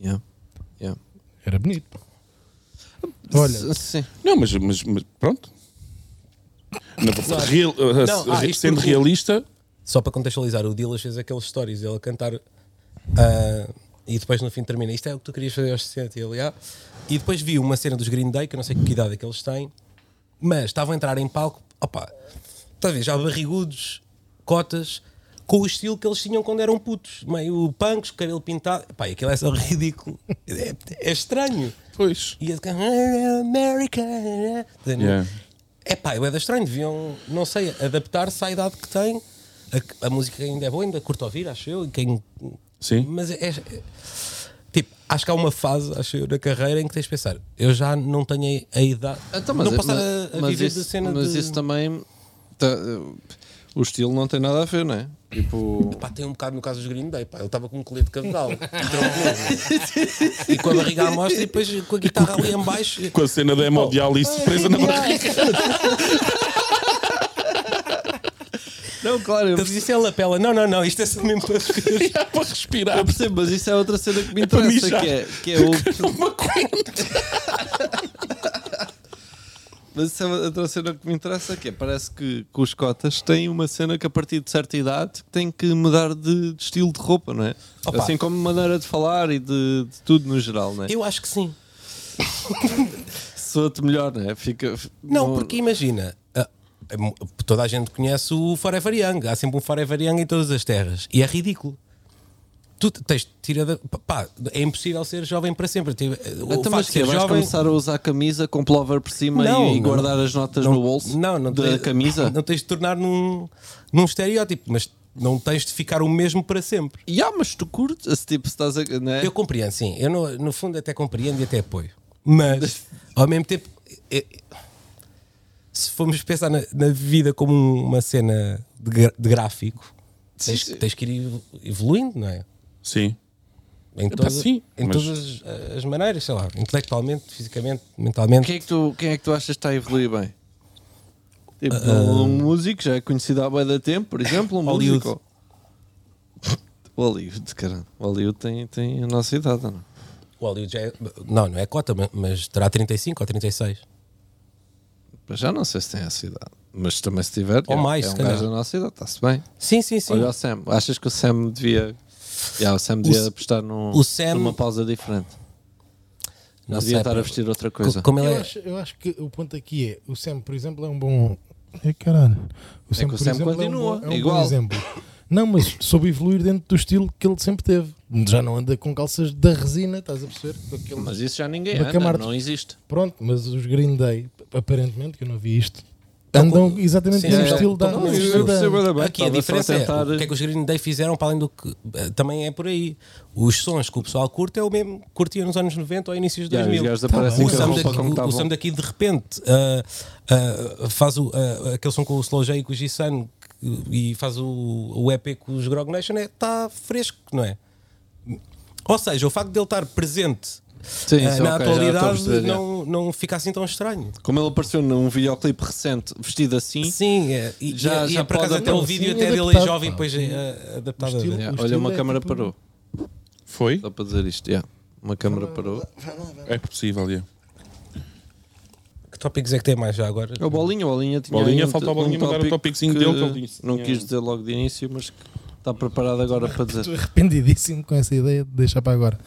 A: Yeah. Yeah.
D: Era bonito. Olha,
A: S- Sim.
B: Não, mas, mas- mas pronto. Na verdade, real- uh,
C: Não, ah,
B: re-
C: isto
B: sendo
C: porque-
B: realista,
C: Só para contextualizar, o Dillas fez aqueles stories, ele a cantar ah, e depois no fim termina. Isto é o que tu querias fazer aos 60 e ele, ah. E depois vi uma cena dos Green Day, que eu não sei que idade é que eles têm, mas estavam a entrar em palco, opa, talvez já barrigudos, cotas, com o estilo que eles tinham quando eram putos, meio punks, cabelo pintado. Pá, aquilo é só ridículo. É, é estranho.
B: pois.
C: E ele fica, "Ah, America.
B: Yeah.
C: É pá, é da estranho, deviam, não sei, adaptar-se à idade que têm. A, a música ainda é boa, ainda curto ouvir, acho eu. e Quem,
B: Sim.
C: Mas é, é- é- Tipo, acho que há uma fase, acho eu, da carreira em que tens de pensar, eu já não tenho a, a idade.
A: Então,
C: não posso
A: mas,
C: estar a, a
A: mas
C: viver
A: isso,
C: da cena
A: mas
C: de.
A: isso também. tá, uh, o estilo não tem nada a ver, não é? Tipo.
C: Pá, tem um bocado no caso dos Green Day, pá, ele estava com um colete de cavalo um tronco novo, e com a barriga à mostra e depois com a guitarra ali em baixo.
B: Com a cena da hemodiálise presa na barriga.
A: Não, claro, eu
C: Então,
A: percebo,
C: Isto é lapela. Não, não, não. Isto é só mesmo para respirar.
B: Já para respirar.
A: eu percebo, mas isso é outra cena que me
B: para
A: interessa,
B: mijar.
A: que é, que é o.
B: Uma conta.
A: Mas isso é outra cena que me interessa, que é, parece que, que os cotas têm uma cena que a partir de certa idade tem que mudar de, de estilo de roupa, não é?
C: Opa.
A: Assim como maneira de falar e de, de tudo no geral, não é?
C: Eu acho que sim.
A: Soa-te melhor, não é? Fica,
C: Não, porque imagina, ah, é mu- toda a gente conhece o Forever Young, há sempre um Forever Young em todas as terras e é ridículo. Tu te- tens de tirar da. Pá, é impossível ser jovem para sempre. Tipo, o
A: Então,
C: facto
A: mas
C: de
A: que
C: ser
A: vais
C: jovem-
A: começar a usar camisa com plover por cima
C: Não,
A: e,
C: não.
A: guardar as notas
C: não-
A: no bolso
C: não, não
A: da
C: tens-
A: camisa?
C: Não tens de tornar num, num estereótipo, mas não tens de ficar o mesmo para sempre.
A: E ah, mas tu curtes esse tipo, se estás a. Não é?
C: Eu compreendo, sim. Eu, no, no fundo, até compreendo e até apoio. Mas, ao mesmo tempo, eh, eh, se formos pensar na, na vida como um- uma cena de, gra- de gráfico, tens,
A: sim.
C: tens que ir evo- evoluindo, não é?
B: Sim.
C: Em, toda-
B: sim,
C: em
B: mas-
C: todas as, as maneiras, sei lá, intelectualmente, fisicamente,
A: Quem,
C: mentalmente.
A: é que tu, quem é que tu achas que está a evoluir bem? Tipo,
C: Ah,
A: um músico já é conhecido há bem da tempo, por exemplo, um
C: Hollywood.
A: músico. O Hollywood, caramba. O Hollywood tem, tem a nossa idade, não? é?
C: O Hollywood já é, não, não é cota, ma- mas terá 35 ou 36.
A: Mas já não sei se tem essa idade. Mas também se tiver,
C: Ou
A: é,
C: mais,
A: é um
C: se calhar.
A: gajo da nossa idade, está-se bem.
C: Sim, sim, sim.
A: Olha o Sam. Achas que o Sam devia. Já, o Sam devia
C: S-
A: apostar num,
C: o Sam-
A: numa pausa diferente.
C: Não
A: devia
C: sei,
A: estar a
C: pá.
A: vestir outra
C: Co-
A: coisa.
C: Como ele
D: Eu
C: é,
D: acho, eu acho que o ponto aqui é: o Sam, por exemplo, é um bom. É caralho. O Sam,
A: que o
D: por
A: Sam
D: exemplo,
A: continua,
D: é um bom, é um
A: igual.
D: bom exemplo. Não, mas soube evoluir dentro do estilo que ele sempre teve. Já não anda com calças da resina, estás a perceber? Com aquele-
A: Mas isso já ninguém
D: Uma
A: anda,
D: camar-
A: não existe.
D: Pronto, mas os Green Day, aparentemente, que eu não vi isto,
A: Tá
D: andam exatamente
C: Sim,
D: no
C: é,
D: estilo da.
C: estão com o estilo.
D: da-
C: Aqui a diferença é o que é que os Green Day fizeram para além do que eh, também é por aí. Os sons que o pessoal curte é o mesmo que curtia nos anos 90 ou inícios de
A: Já, os
C: 2000.
A: gajos aparecem
C: o,
A: com a
C: Sam
A: roupa
C: daqui,
A: como
C: o-
A: estavam.
C: o Sam daqui de repente ah, ah, faz o, ah, aquele som com o Slow J e com o G-Sun e faz o, o EP com os Grog Nation, está fresco, não é? Ou seja, o facto de ele estar presente
A: Sim,
C: ah,
A: sim, ok, já
C: na
A: estou a
C: atualidade
A: perceber, já.
C: não, não fica assim tão estranho.
A: Como ele apareceu num videoclipe recente vestido assim,
C: Sim, é, e,
A: Já-
C: e, e
A: já
C: é por acaso
A: pode
C: até o
A: andar.
C: vídeo
D: um Sim,
C: até dele é
D: adaptado,
C: jovem,
D: pá.
C: depois é, adaptado
D: O
C: a
D: estilo-
C: ver.
A: Yeah,
D: O
A: olha,
D: estilo
A: uma
D: é
A: câmara
D: tipo-
A: parou.
B: Foi?
A: Só para dizer isto, yeah. uma câmara parou.
B: É possível, é.
C: Que tópicos é que tem mais já agora?
A: A bolinha, a bolinha tinha.
B: Bolinha,
A: aí um,
B: falta a bolinha
A: um
B: mandar o
A: tópico
B: topiczinho
A: que
B: dele que ele disse.
A: Não
B: Tinha-
A: quis dizer logo de início, mas que está preparado agora para
D: Estou
A: dizer.
D: arrependidíssimo com essa ideia de deixar para agora.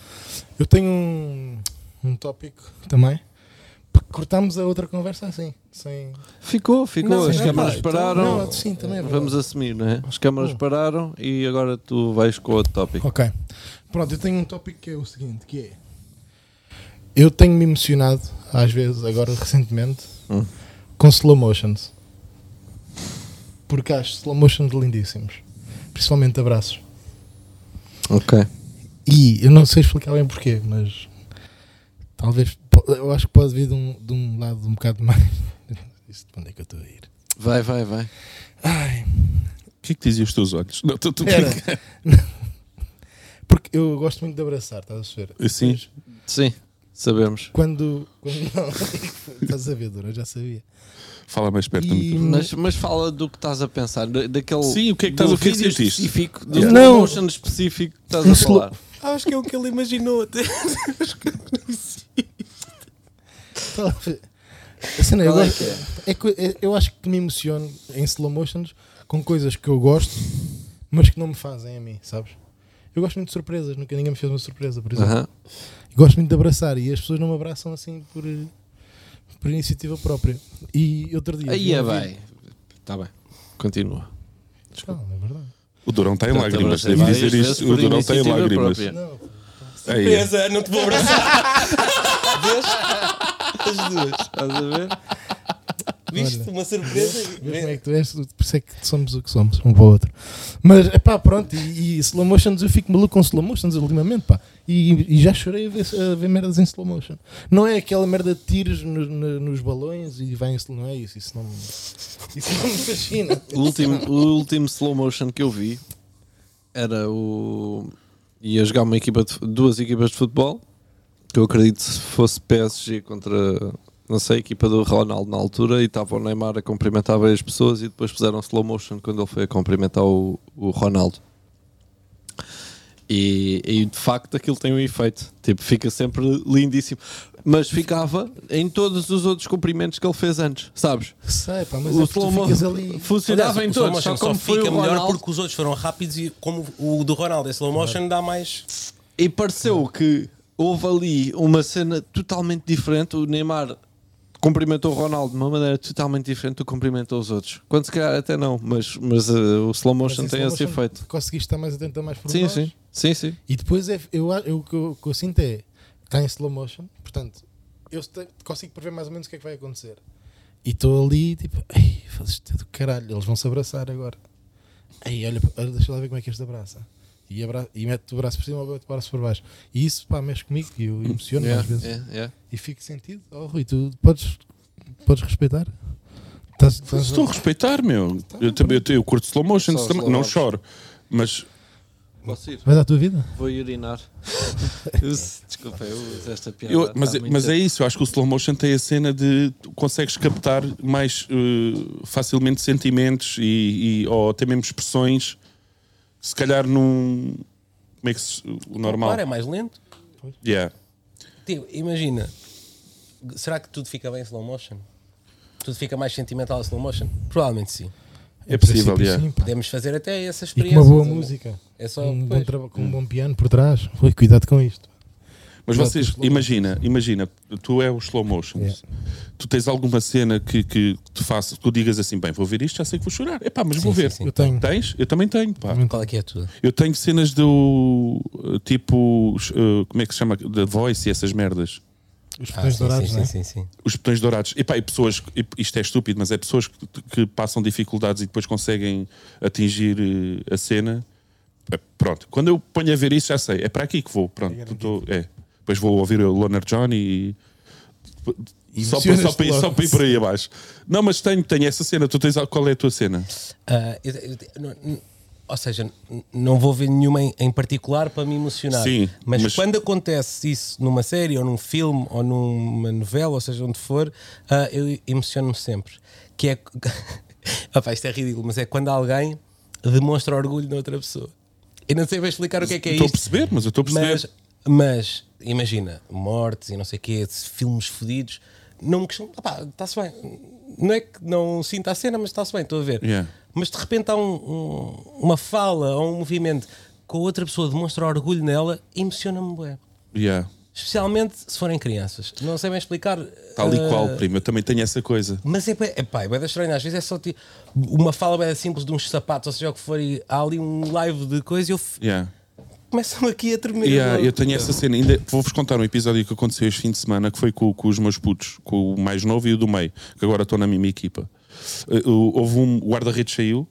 D: Eu tenho um, um tópico também. Porque cortámos a outra conversa assim, sem.
A: Ficou, ficou.
C: Não,
A: As
C: não,
A: câmaras
C: não,
A: pararam.
D: é não, sim, também é verdade.
A: Vamos assumir, não é? As câmaras pararam e agora tu vais com outro tópico.
D: Ok. Pronto, eu tenho um tópico que é o seguinte, que é. Eu tenho me emocionado, às vezes, agora recentemente,
A: Hum.
D: com slow motions. Porque acho slow motions lindíssimos. Principalmente abraços.
A: Ok.
D: E eu não sei explicar bem porquê, mas talvez po- eu acho que pode vir de um, de um lado um bocado mais. Isto, de onde é que eu estou a ir?
A: Vai, vai, vai.
D: Ai,
B: O que é que diziam os teus olhos? Não, tu, tu,
D: Era. porque eu gosto muito de abraçar, estás a ver?
B: Sim.
D: Mas
A: Sim, sabemos.
D: Quando. quando não, estás a ver, Dora, eu já sabia.
B: Fala mais perto do
D: E-
B: microfone.
A: Mas, mas fala do que estás a pensar, da- daquele.
B: Sim, o que é que estás
A: do
B: a- o que é que
A: vídeo
B: sentiste?
A: específico, do
D: Yeah.
A: slow
D: Não.
A: motion específico que estás
D: Um
A: a
D: slow-
A: falar.
C: Acho que é o que ele imaginou.
D: Talvez- A cena, eu,
A: Qual é
D: gosto-
A: que
D: é que eu- eu acho que me emociono em slow motions com coisas que eu gosto, mas que não me fazem a mim, sabes? Eu gosto muito de surpresas, nunca ninguém me fez uma surpresa, por exemplo.
A: Aham.
D: Gosto muito de abraçar e as pessoas não me abraçam assim por, por iniciativa própria. E outro dia.
A: Aí
D: vi
A: é
D: um vídeo-
A: bem. Está bem. Continua.
D: Não, é verdade.
B: O Durão está em
A: Eu
B: lágrimas.
A: também
B: Devo
A: sei
B: dizer
A: várias
B: isto.
A: vezes
B: O
A: por
B: Durão está em
A: tá iniciativa
B: lágrimas.
A: própria.
D: Não,
B: Aí é.
C: não te vou abraçar.
A: As duas, estás a ver?
C: Viste? Uma surpresa.
D: vês como é que tu és, por isso é que somos o que somos, um para o outro. Mas, pá, pronto, e, e slow motions, eu fico maluco com slow motions ultimamente, pá. E, e já chorei a ver, a ver merdas em slow motion. Não é aquela merda de tiros no- no- nos balões e vai em slow, não é isso, isso não, me- isso não me fascina.
A: O último, o último slow motion que eu vi era o. ia jogar uma equipa de, duas equipas de futebol, que eu acredito se fosse PSG contra não sei, a equipa do Ronaldo na altura e estava o Neymar a cumprimentar várias pessoas e depois fizeram slow motion quando ele foi a cumprimentar o, o Ronaldo. E, e, de facto aquilo tem um efeito, tipo, fica sempre lindíssimo. Mas ficava em todos os outros cumprimentos que ele fez antes, sabes?
D: Sei, pá, mas
A: o
D: é porque tu
A: slow mo-
D: ficas ali.
A: funcionava em
C: o slow
A: todos,
C: motion
A: só como foi
C: fica
A: o
C: melhor
A: Ronaldo
C: porque os outros foram rápidos e como o do Ronaldo, esse slow motion dá mais.
A: E pareceu que houve ali uma cena totalmente diferente. O Neymar cumprimentou o Ronaldo de uma maneira totalmente diferente do que cumprimentou os outros. Quando se calhar até não, mas, mas eh, o slow
D: Mas
A: motion
D: em
A: tem
D: slow
A: esse
D: motion
A: efeito.
D: Conseguiste estar mais atento a mais por
A: Sim, sim, sim, sim.
D: E depois é, eu, a- eu, o que eu, o que eu sinto é está em slow motion, portanto, eu te- consigo prever mais ou menos o que é que vai acontecer. E estou ali tipo, ei, fazes tudo do caralho, eles vão se abraçar agora. Ei, olha, olha, deixa lá ver como é que este abraça. E, abra, e mete o braço por cima ou mete o braço por baixo. E isso pá, mexe comigo e eu emociono
A: Yeah,
D: às vezes.
A: yeah, yeah.
D: E fico sentido. Oh Rui, tu podes, podes respeitar? Estás- estás-
B: Estou a respeitar, meu. Eu, também, eu, eu curto slow motion,
A: É. Só
B: também-
A: slow
B: não
A: motion.
B: choro. Mas
A: Posso ir?
D: Vais à tua vida?
A: Vou urinar. Desculpa, eu uso esta piada.
B: Eu- mas,
A: há muito
B: mas é
A: tempo.
B: isso, eu acho que o slow motion tem a cena de tu consegues captar mais eh, facilmente sentimentos e, e- ou até mesmo expressões, se calhar num. Como é que se, o normal?
C: Claro, é mais lento.
B: Yeah.
C: Tipo, imagina, será que tudo fica bem em slow motion? Tudo fica mais sentimental em slow motion? Provavelmente sim.
B: É possível,
D: Princípio,
B: yeah.
D: sim, assim, pá.
C: Podemos fazer até essa
D: E com
C: experiência.
D: uma boa música.
C: É só
D: um bom
C: pois. Hum.
D: traba- com um bom piano por trás. Rui, cuidado com isto.
B: Mas
D: Já
B: vocês,
D: tens slow
B: imagina, imagina, tu é o slow motion.
D: Yeah.
B: Tu tens alguma cena que, que te faça, que tu digas assim, bem, vou ver isto, já sei que vou chorar. Epá, mas vou
C: sim,
B: ver.
C: sim.
D: Eu tenho. Uhum.
B: Tens? Eu também tenho, pá.
C: Qual é que é tudo?
B: Eu tenho cenas do eh, tipo, eh, como é que se chama? Da Voice e essas merdas.
D: Os
C: Ah,
D: botões
C: sim,
D: dourados,
C: sim,
D: né?
C: sim, sim, sim.
B: os botões dourados. Epá, e pessoas, e- isto é estúpido, mas é pessoas que, que passam dificuldades e depois conseguem atingir eh, a cena. Eh, Pronto, quando eu ponho a ver isso já sei, é para aqui que vou. Pronto, tô- é. Depois vou ouvir o Loner Johnny e. Só para, só, para, ir- só para ir por aí abaixo. Não, mas tenho, tenho essa cena. Tu tens qual é a tua cena?
C: Ah, eu- eu- eu- não- não- ou seja, n- não vou ver nenhuma em, em particular para me emocionar.
B: Sim,
C: mas,
B: mas-
C: quando acontece isso numa série ou num filme ou numa novela, ou seja, onde for, ah, eu emociono-me sempre. Que é. Opa, isto é ridículo, mas é quando alguém demonstra orgulho na outra pessoa. Eu não sei bem explicar o que é que é
B: estou a
C: isto.
B: perceber, mas eu estou a perceber.
C: Mas, mas, imagina, mortes e não sei o quê, filmes fodidos, não me questiono, opá, está-se bem. Não é que não sinta a cena, mas está-se bem, estou a ver.
B: Yeah.
C: Mas de repente há um- um- uma fala ou um movimento que a outra pessoa demonstra orgulho nela, emociona-me bué.
B: Yeah.
C: Especialmente se forem crianças. Não sei bem explicar.
B: Tal e
C: eh,
B: qual, primo. Eu também tenho essa coisa.
C: Mas é, bué- é pá, é bué da estranha. Às vezes é só ti- uma fala bem simples de uns sapatos, ou seja, o que for, e há ali um live de coisa e eu f-
B: Yeah.
C: começo-me aqui a tremer.
B: Yeah,
C: logo.
B: eu tenho essa cena. Ainda vou-vos contar um episódio que aconteceu este fim de semana que foi com, com os meus putos, com o mais novo e o do meio, que agora estou na mesma equipa. Eh, o- Houve um guarda-redes saiu,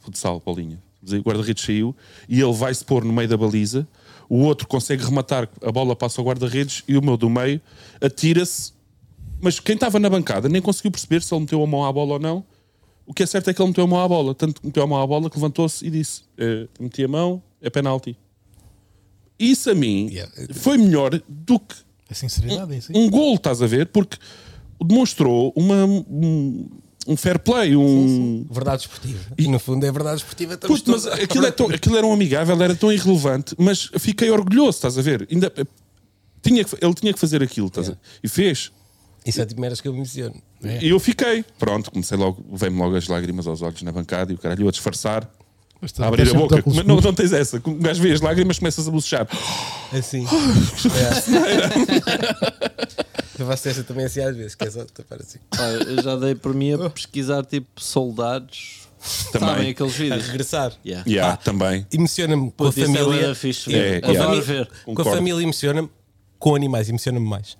B: futsal, bolinha. Mas aí O guarda-redes saiu e ele vai se pôr no meio da baliza. O outro consegue rematar, a bola passa ao guarda-redes e o meu do meio atira-se. Mas quem estava na bancada nem conseguiu perceber se ele meteu a mão à bola ou não. O que é certo é que ele meteu a mão à bola. Tanto que meteu a mão à bola que levantou-se e disse: eh, Meti a mão, é penalti. Isso a mim
C: Yeah.
B: foi melhor do que
D: A sinceridade é isso. aí.
B: um gol, estás a ver? Porque demonstrou uma, um, um fair play, um.
C: Verdade esportiva. E no fundo é verdade esportiva estamos
B: Puto, mas
C: todos-
B: aquilo, é tão- aquilo era um amigável, era tão irrelevante, mas fiquei orgulhoso, estás a ver? Ainda, eh, tinha que- ele tinha que fazer aquilo, estás a ver? E fez.
C: Isso é tipo meras que eu me emociono.
B: E eu fiquei. Pronto, comecei logo, veio-me logo as lágrimas aos olhos na bancada e o caralho, eu a disfarçar,
D: Mas tu
B: a abrir a
D: estás Então sempre
B: boca.
D: de óculos
B: Mas não,
D: escuros.
B: não tens essa. Um gajo vê as lágrimas, começas a bochechar.
C: Assim. É. Eu faço essa também assim às vezes, que é só tapar assim.
A: Pá, eu já dei por mim a pesquisar tipo soldados.
B: Também.
A: Sabem aqueles
C: A
A: vídeos?
C: regressar.
A: Yeah.
B: Yeah, também.
C: Emociona-me com a
A: Isso é bué
C: família.
A: da fixe,
B: É,
A: adoro
B: yeah.
A: ver.
C: Com a
B: Concordo.
C: família emociona-me. Com animais emociona-me mais.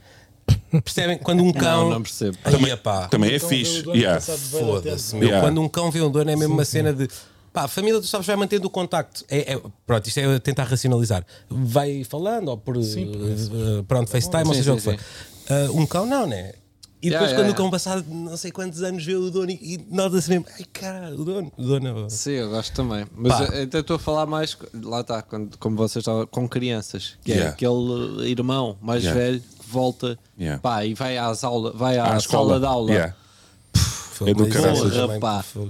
C: Percebem? Quando um cão.
A: não percebo.
C: Ai,
B: Também,
C: epá,
B: também é
D: Então, vê o
B: fixe.
D: dono
B: Yeah.
D: passar de bem
C: Foda-se,
D: atento.
C: meu.
B: Yeah.
C: Quando um cão vê um dono é mesmo uma cena de. Pá, a família, tu sabes, vai mantendo o contacto. É, é- pronto, isto é eu tentar racionalizar. Vai falando, ou por. eh, pronto, FaceTime,
A: Sim,
C: ou seja o que
A: sim,
C: for. Ah, um cão, não, né? E
A: Yeah,
C: depois,
A: yeah,
C: quando o
A: yeah.
C: cão passado não sei quantos anos vê o dono e, e nota-se mesmo, ai cara, o dono, o dono.
A: Sim, eu gosto também. Mas
C: Pá.
A: eu- eu até estou a falar mais, co- lá está, quando- como vocês estavam, com crianças, que
B: Yeah.
A: é aquele irmão mais
B: Yeah.
A: velho que volta
B: Yeah.
A: pá, e vai às aula, vai à
B: À
A: sala
B: escola.
A: de aula.
B: Yeah.
C: Fogo,
B: É do
C: mas-
B: caraças.
C: Porra,
A: Porra,
C: pá.
A: pá.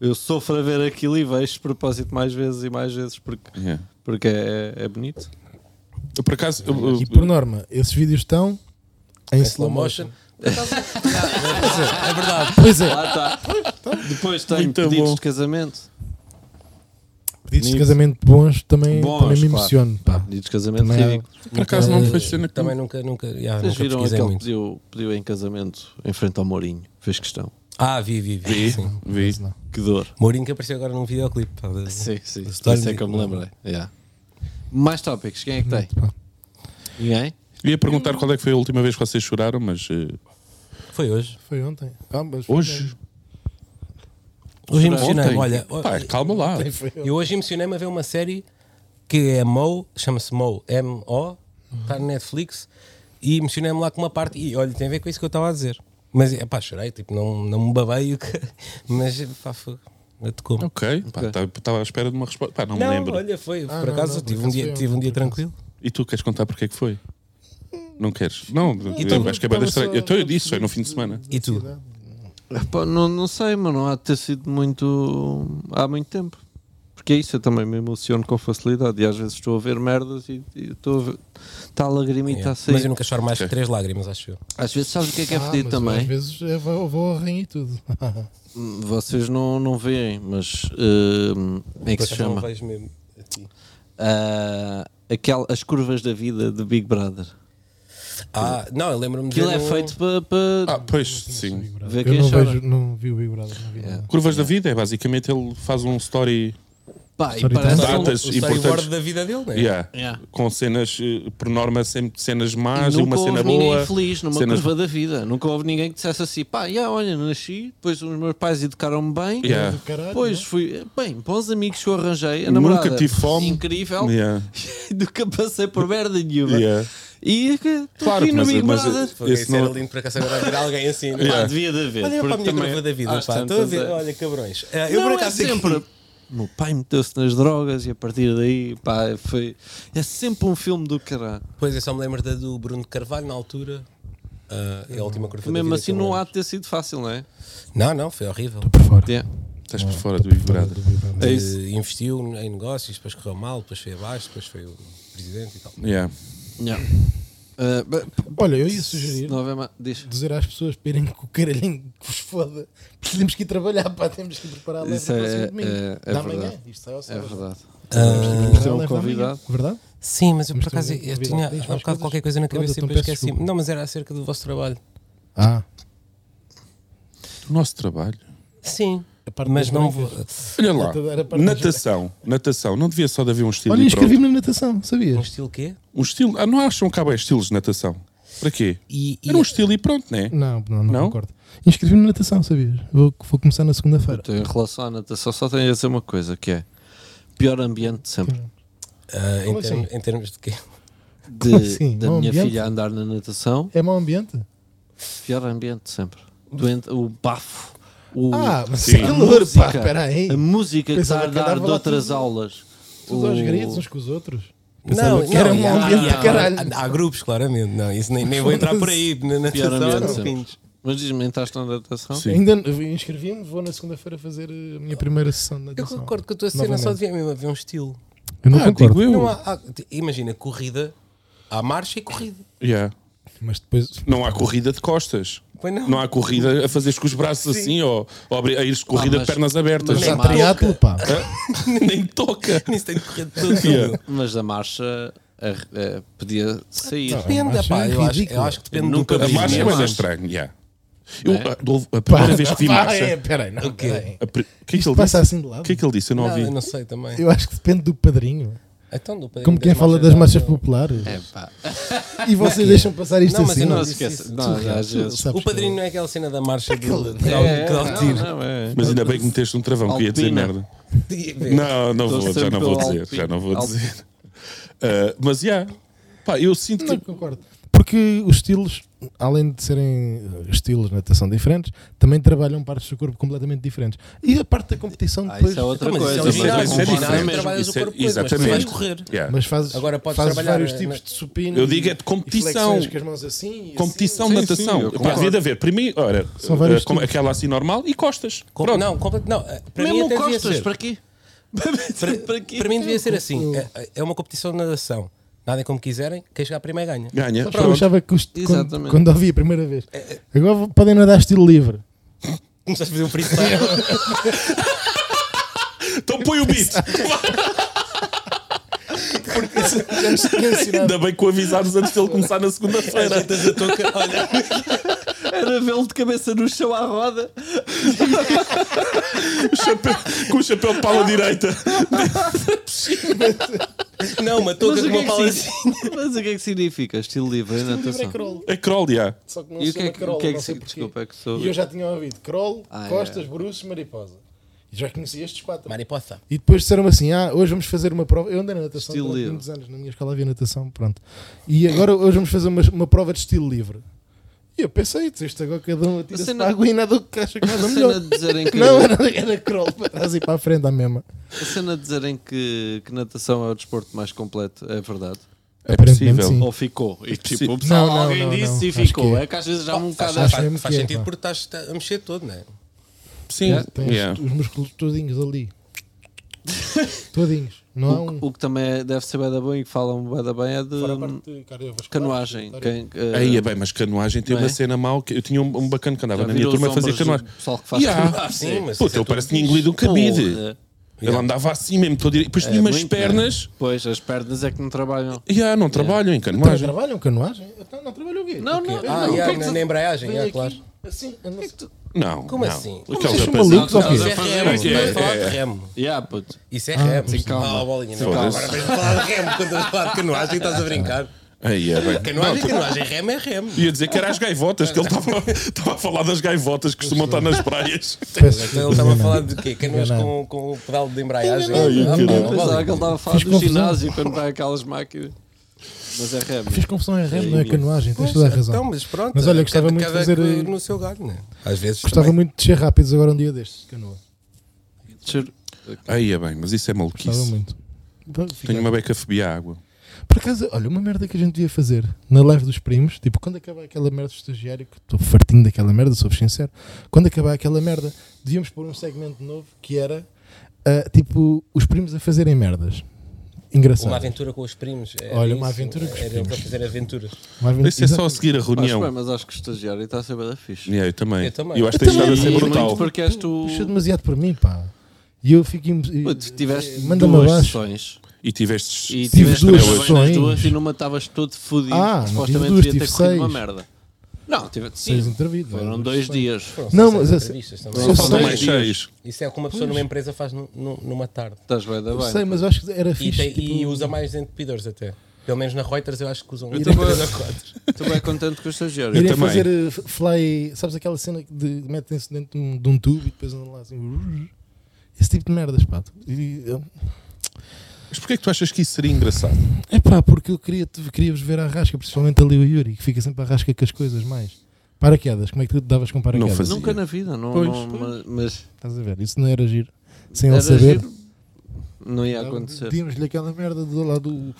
A: Eu sofro a ver aquilo e vejo de propósito mais vezes e mais vezes porque,
B: Yeah.
A: porque é, é bonito.
B: Eu, por acaso, eu- eu-
D: E por norma, esses vídeos estão em slow
C: É Slow motion.
D: motion.
C: Por acaso- é verdade.
D: Pois é,
A: Lá está. Depois tenho
B: Muito
A: pedidos
B: bom.
A: de casamento.
D: pedidos de
A: Nisso.
D: casamento bons também,
A: Bons,
D: também me
A: pá.
D: emociono. Pá.
A: Pedidos de casamento
D: Também é há-
A: ridículo.
B: por acaso não foi cena que
C: Eh, Também nunca, nunca, yeah,
A: Vocês
C: nunca
A: viram
C: pesquisei
A: aquele que
C: muito.
A: pediu, pediu em casamento em frente ao Mourinho? Fez questão.
C: Ah, vi, vi, vi.
B: vi.
C: sim.
B: vi.
A: Que dor.
C: Mourinho que apareceu agora num videoclipe. tá pá, de-
A: Sim, sim. Isso
C: história
A: é
C: de-
A: que eu me lembrei. Yeah. Mais tópicos, quem é que tem?
D: bom.
A: Ninguém?
B: Eu ia perguntar qual é que foi a última vez que vocês choraram, mas eh,
C: Foi hoje.
D: Foi ontem. Ah, mas foi
B: hoje.
C: Hoje
B: Ontem?
C: emocionei-me, olha.
B: Pá, calma lá.
D: ontem, foi ontem.
C: Eu Hum. hoje emocionei-me a ver uma série que é Mo, chama-se Mo, M-O, está na Netflix, e emocionei-me lá com uma parte, e olha, tem a ver com isso que eu estava a dizer. Mas, é pá, chorei, tipo, não, não me babei, o que- mas, pá, foi, tocou -me.
B: Ok, estava à espera de uma resposta. Pá, não,
C: Não,
B: me lembro.
C: olha, foi,
D: Ah,
C: por
D: não,
C: acaso,
D: não, por
C: tive, um
D: acaso
C: dia,
D: foi
C: tive um
D: ontem,
C: dia
D: por acaso.
C: tranquilo.
B: E tu queres contar porque é que foi? Não queres? Não, eu acho que é bem
D: tava
B: estranho.
D: só-
B: Eu, então eu disse, foi no fim de semana.
C: E tu?
A: Epá, não, não sei, mano. Há de ter sido muito. há muito tempo. Porque é isso, eu também me emociono com facilidade. E às vezes estou a ver merdas e e estou a ver. Está a lagrimita
C: Yeah.
A: a sair.
C: É. Mas eu nunca choro mais que
B: Ok.
C: três lágrimas, acho eu.
A: Às vezes, sabes o que é que é
D: Ah,
A: fedido
D: mas
A: também?
D: Às vezes eu vou, eu vou ao rim e tudo.
A: Hum, Vocês não, não veem, mas. hum, como é que
C: Por
A: se
C: acaso não
A: chama?
C: vejo mesmo a ti.
A: Ah, aquel, as curvas da vida de Big Brother.
C: Ah, não, eu lembro-me de
A: Aquilo
C: ver um
A: é
C: no-
A: feito para. Pa...
B: Ah, pois, sim.
A: Vê
D: eu
A: quem
D: não,
A: chora.
D: vejo, não vi o Big Brother na vida.
A: Yeah.
B: Curvas da vida, é basicamente ele faz um story
A: Pá, e
D: Storytelling.
A: parece um-
C: São-
B: Datas
C: o
B: importantes.
C: um storyboard da vida dele, não é?
B: yeah,
A: Yeah.
B: com cenas, eh, por norma, sempre cenas
A: E
B: más e,
A: nunca
B: uma cena
A: houve ninguém
B: boa.
A: feliz numa
B: cenas-
A: curva da vida. Nunca houve ninguém que dissesse assim: pá, yeah, olha, nasci, depois os meus pais educaram-me bem.
B: Yeah.
D: Do caralho,
A: Depois
D: não é?
A: fui, bem, bons amigos que eu arranjei. A
B: Nunca
A: namorada,
B: tive fome.
A: Incrível.
B: Yeah.
A: Nunca passei por merda nenhuma.
B: Yeah.
A: E estou
B: Claro,
A: aqui no
B: mas-
A: Big
B: mas-
A: Brother.
C: Porque
B: Esse
C: isso era
B: não-
C: lindo para cá saber haver alguém assim. não é?
A: Pá,
B: Yeah.
A: devia de haver.
C: Olha para a
A: porque
C: minha
A: também
C: curva da vida,
A: às
C: pá.
A: tantas
C: Estou a ver,
A: é-
C: olha cabrões. Ah,
A: Eu
C: Eu
A: não,
C: por
A: é
C: acaso
A: sempre.
C: sempre.
A: Meu pai meteu-se nas drogas e a partir daí, pá, foi. É sempre um filme do caralho.
C: Pois eu só me lembro da do Bruno Carvalho na altura. Ah, é a última curva da
A: Mesmo
C: vida
A: assim,
C: que eu
A: não há
C: lembro.
A: de ter sido fácil, não é?
C: Não, não, foi horrível.
D: Por fora.
A: Yeah.
B: Estás por fora do Big Brother.
D: Do Big Brother.
A: É
C: Eh,
A: isso.
C: investiu em negócios, depois correu mal, depois foi abaixo, depois foi o presidente e tal.
B: Yeah.
A: Yeah. Ah, ba-
D: Olha, eu ia sugerir
A: não houver mais. Diz.
D: dizer às pessoas para irem com o caralhinho que vos foda, porque temos que ir trabalhar, pá, temos que preparar a live
A: Isso
D: do
A: é-
D: próximo domingo.
A: é- é
D: da manhã,
A: verdade.
D: isto sai ao
A: É
D: sábado.
A: verdade.
D: Temos
A: Vamos
D: que
A: ter um
D: preparar a live da manhã,
A: convidado.
D: Verdade?
C: Ah, Sim, mas eu por
D: Mas tu
C: acaso eu,
D: vem-
C: eu
D: vem-
C: tinha há
D: diz mais
C: bocado
D: coisas.
C: qualquer coisa na
D: Olha,
C: cabeça e
D: então
C: depois
D: peço
C: esqueci.
D: desculpa.
C: Não, mas era acerca do vosso trabalho.
D: Ah,
B: O nosso trabalho.
C: Sim,
D: parte
C: mas
D: das
C: não vou.
D: brancas.
B: Olha lá,
D: Era para-
B: natação, natação. Não devia só de haver um estilo
D: olha,
B: e pronto.
D: inscrevi-me na natação,
C: Um
D: sabias?
C: estilo quê?
B: Um estilo. Ah, não acham que há bem estilos de natação? Para quê?
C: E, e- eh,
B: Era um estilo e pronto, né?
D: Não, não, não
B: Não?
D: concordo. Inscrevi-me na natação, sabias? Vou, vou começar na segunda-feira.
A: Então, Em relação à natação, só tenho a dizer uma coisa: que é pior ambiente de sempre.
C: Ah, em,
D: Como
C: termos, em termos de quê?
A: De,
D: Como assim?
A: Da
D: Mau
A: minha
D: ambiente?
A: filha andar na natação,
D: É mau ambiente?
A: pior ambiente de sempre. Doente, o bafo, o,
D: Ah, mas
B: Sim.
D: é calor, pá,
A: Música.
D: espera aí.
A: a música que está
D: Pensava
A: a
D: que
A: dar
D: andava
A: de
D: lá
A: outras
D: tudo-
A: aulas.
D: Tudo aos
A: O-
D: gritos uns com os outros.
C: Não,
D: Pensava que era
C: não,
D: um
C: há-
D: ambiente
C: há-
D: do caralho.
C: Há, há grupos, claramente. Não, isso nem, nem vou entrar por aí. Na
A: Pior
C: natação,
A: ambiente de
C: não
A: sempre.
C: pintos.
A: Mas diz-me, entraste na natação?
B: Sim.
D: Ainda eu inscrevi-me, vou na segunda-feira fazer eh, a minha primeira sessão de
C: Eu
D: natação.
C: concordo que a tua cena só
D: Novamente.
C: devia mesmo haver um estilo.
D: Eu não
B: Ah,
D: concordo.
B: digo eu.
C: Não há, há- imagina, corrida, há marcha e corrida.
B: Yeah.
D: Mas depois.
B: Não há corrida de costas.
C: Pois não.
B: Não há corrida a fazeres com os braços assim ou, ou abrir- a ires corrida
A: Ah, mas-
B: de pernas abertas.
A: mas
D: Mas há
A: Nem
D: triatlo, pá.
A: Ah,
B: Nem toca.
C: Nisso tem de correr de todo.
B: Yeah.
A: Mas a marcha a- a- podia sair.
C: Depende,
D: A marcha
C: pá,
D: é
C: eu acho,
D: ridícula.
C: eu acho que depende
A: Eu nunca
C: do
B: A
A: vi
C: país.
B: marcha é
A: mesmo.
B: mais estranho. Yeah. Eu, ah,
A: Não é?
B: a, a primeira vez que vi
D: Pá,
B: marcha.
D: é, peraí, não.
C: quê?
D: peraí.
B: a pri- O que é que
D: Isto
B: ele
D: passa
B: disse?
D: assim de lado.
B: O que é que ele disse? Eu não
C: Não,
B: ouvi.
C: eu não sei também.
D: Eu acho que depende do padrinho.
C: Então, do país
D: Como quem fala das marchas populares.
A: É pá.
D: E vocês deixam passar isto
C: Não, mas
D: assim.
C: eu não
A: Não
C: disse
A: esqueça.
C: isso.
A: Não,
D: Surreal.
A: às vezes.
D: Sabes
C: O padrinho
D: que-
C: não é aquela cena da marcha do do-
A: É,
C: do tiro.
A: não, não, é.
B: Mas ainda bem que meteste um travão, que ia dizer
A: Alpina.
B: merda. Não, não
A: Tô
B: vou, já
A: sempre
B: não vou
A: pelo
B: dizer.
A: Alpina.
B: Já não vou
A: Alpina.
B: dizer. Ah, mas, yeah. Pá, eu sinto
D: Não
B: que
D: concordo. Porque os estilos, além de serem eh, estilos de natação diferentes, também trabalham partes do corpo completamente diferentes. E a parte da competição
A: Ah,
D: depois.
A: isso é outra
C: mas
A: coisa.
C: isso é
A: mas
C: original,
A: eu
C: isso é
A: concordo.
C: original.
A: mesmo.
C: trabalhas o
B: isso é-
C: corpo todo, mas tu
B: exatamente.
C: vais correr.
B: Yeah.
D: É. Mas fazes,
C: Agora podes
D: fazes
C: trabalhar
D: vários
C: na-
D: tipos de supinos.
B: Eu digo é
D: e
B: de competição.
D: flexões Com as mãos assim. e
B: Competição,
A: Sim, sim, eu
B: natação. Pá,
A: concordo.
B: Devia de haver. Primeiro, ora,
D: São vários
B: eh, como
D: tipos.
B: aquela assim normal e costas.
C: Com-
B: Pronto.
C: Não, completo, não. eh, Para mim
A: Mesmo
C: até devia
A: costas,
C: ser.
A: para quê?
C: Para, para mim devia ser assim. É, é uma competição de natação. Nadem como quiserem, quem chegar primeiro ganha.
B: Ganha.
D: assim. Eu
B: Pronto.
D: achava que os- quando,
A: Exatamente.
D: quando ouvi a primeira vez. Agora vou- podem nadar estilo livre.
C: Começaste a fazer um freestyle.
B: Então põe o beat.
D: Porque isso já nos tinha ensinado.
B: Ainda bem que o avisámos antes dele começar na segunda-feira.
C: Estás a tocar, olha.
A: Era vê-lo de cabeça no chão à roda.
B: O chapéu- com o chapéu de pala direita.
C: Não, uma touca
A: Mas o, que
C: com uma
A: é que
C: pala. assim.
A: significa, mas o que é que significa estilo livre em
D: Livre é
A: natação?
D: crawl.
B: É crawl, já.
D: Só que não
A: E
D: se
A: o que é
D: chama
A: que,
D: crawl,
A: o que, é
D: não
A: que
D: sei
A: se-
D: porquê.
A: Desculpa, é que sou.
D: E eu já tinha ouvido Kroll,
A: Ah,
D: Costas,
A: é.
D: Bruce, Mariposa. E já conhecia estes quatro.
C: Mariposa.
D: E depois disseram-me assim: ah, hoje vamos fazer uma prova. Eu andei na natação
A: Estilo
D: durante
A: livre.
D: muitos anos, na minha escola havia natação, pronto. E agora hoje vamos fazer uma, uma prova de estilo livre. E eu pensei, isto agora cada um atira-se
A: cena-
D: para a água e nada o que acha que nada
A: A
D: melhor.
A: cena de dizerem que,
D: Não, era, era crawl para trás e para a frente à mesma.
A: a cena de dizerem que, que natação é o desporto mais completo é verdade?
B: É
D: Aparentemente
B: possível.
D: sim.
A: Ou ficou?
B: É
A: E tipo, o
B: Sim.
A: pessoal,
D: Não, não,
A: alguém
D: não,
A: disse
D: não.
A: e
D: Acho
A: ficou.
D: que é.
A: É que às vezes já há um
C: Ah, Faz,
A: bocado.
C: faz,
D: Acho mesmo
C: faz
D: que é,
C: sentido
D: pá.
C: porque estás a mexer todo, não é?
B: Sim.
D: Tem
B: Yeah.
D: os músculos todinhos ali. todinhos. Não há um.
A: O que também é- deve ser bem da bom e que falam bem da bem é de
D: Fora a
A: hum,
D: parte cardiovascular.
A: canoagem. Quem, eh,
B: Aí é bem, mas canoagem tem
A: Não
B: uma
A: é?
B: cena mal que eu tinha um, um bacana que andava
A: já
B: na minha
A: viram os
B: turma a fazer
A: ombros do
B: canoagem.
A: pessoal que faz
B: Yeah.
A: canoagem?
B: Ah,
C: sim, mas.
B: Puta,
C: isso é
B: eu
C: tudo-
B: parece que tinha engolido o cabide.
A: Porra.
B: Ele andava assim mesmo, todo direito. Depois tinha
A: É
B: umas
A: muito,
B: pernas.
A: né? Pois, as pernas é que não trabalham.
B: Yeah, não trabalham em
D: Tra-
B: canoagem.
D: Trabalham canoagem? Então, Não, não trabalham o quê?
A: Não, não.
D: O quê?
A: Ah,
C: Ah,
A: o que
C: yeah,
A: é que
C: na,
A: tu-
C: na embreagem,
D: Vem
C: é
D: aqui,
C: claro.
D: Assim, anda-se.
B: Não.
C: Como
B: não.
C: assim?
B: Aqueles
D: Vocês são
B: rapazes-
D: malucos ou
A: Não,
D: quê?
A: não,
C: Isso é remo,
A: é-
C: estamos a falar
B: é-
C: de remo.
A: Yeah, puto.
C: Isso é remo.
A: sim, calma.
C: Ah, bolinha, não.
B: Foda-se.
C: Agora vais falar de remo quando estás a falar de canoagem estás a brincar.
B: Aí é bem.
C: Canoagem, canoagem, remo é remo.
B: Ia dizer que era as gaivotas, que ele estava- estava a falar das gaivotas que costumam estar nas praias.
D: Peço
C: Então ele
D: desculpa,
C: estava a
D: não.
C: falar de quê? Canoas
D: Não.
C: com, com o pedal de embreagem?
B: Ai,
C: Ah,
B: caralho.
C: pá, não
A: Pensava
C: vale.
A: que ele estava a falar
D: Fiz
A: do
D: confusão.
A: ginásio quando vai aquelas máquinas. Mas é remo.
D: Fiz confusão em remo, não é
A: Pois,
D: canoagem, tens toda a razão.
C: Então, mas pronto.
D: Mas olha, gostava
C: cada-
D: muito de
C: cada
D: fazer- eh,
C: que no seu galho, né? Às vezes.
D: Gostava
C: também.
D: muito de descer rápidos agora um dia destes, de canoa.
A: Tchur.
B: Aí é bem, mas isso é
D: Gostava
B: maluquice.
D: muito. Então, fica-
B: Tenho uma beca fobia à água.
D: Por acaso, olha, uma merda que a gente devia fazer na live dos primos, tipo, quando acabar aquela merda do estagiário, que estou fartinho daquela merda, sou sincero, quando acabar aquela merda, devíamos pôr um segmento novo que era ah, tipo os primos a fazerem merdas. Engraçado.
C: Uma aventura com os primos. era
D: Olha, uma
C: isso,
D: aventura com os
C: era
D: primos.
C: para fazer aventuras.
D: Uma aventura-
B: Isso é só a
D: Exato.
B: seguir a
A: Acho bem,
B: reunião.
A: mas acho que o estagiário está a ser bem da fixe.
B: Yeah, eu também.
C: Eu também.
B: Eu acho que
D: Eu
B: tens estado a ser
D: também.
A: E
B: brutal.
A: muito porque és
C: Tipo,
A: tu.
D: Puxa demasiado por mim, pá. E eu fico. im-
A: Puto, tiveste
D: Manda-me
A: duas
D: abaixo.
A: sessões.
B: E tiveste.
A: E
D: Tive
A: tiveste
D: duas
A: bem nas
D: sessões.
A: duas e numa estavas todo fodido.
D: Ah, não
A: supostamente
D: tive duas,
A: devia ter
D: tive
A: corrido uma
D: seis.
A: merda. Não, tiveste
D: Seis
A: sim.
D: entrevistas.
A: Foram dois dias.
D: Não, mas
C: Sem
D: eu sei-
C: entrevistas também.
D: eu
B: Faltam
D: sei-
B: mais seis.
C: Isso é o que uma pessoa numa empresa faz num- num- numa tarde.
A: Estás bem, da
D: Eu
A: bem.
D: sei, mas eu acho que era
C: E,
D: fixe.
C: tem- e
D: tipo,
C: usa mais entupidores até. Pelo menos na Reuters eu acho que usam.
A: Eu
C: três
A: também-
C: ou quatro.
A: Estou bem contente com o estagiário.
D: irem
B: também.
D: fazer eh, f- fly. Sabes aquela cena que de- metem-se dentro de um, de um tubo e depois andam lá assim. Esse tipo de merdas, pá. E, eh,
B: Mas porquê é que tu achas que isso seria engraçado?
D: É pá, porque eu queria, queria vos ver à rasca, principalmente ali o Yuri, que fica sempre à rasca com as coisas mais. Paraquedas, como é que tu te davas com paraquedas?
B: fazia.
A: Nunca na vida, não,
D: Pois,
A: não-
D: pois.
A: mas
D: Estás a ver? Isso não era giro. Sem
A: era
D: ele saber.
A: giro, não ia acontecer.
D: Dimos-lhe aquela merda do lado do.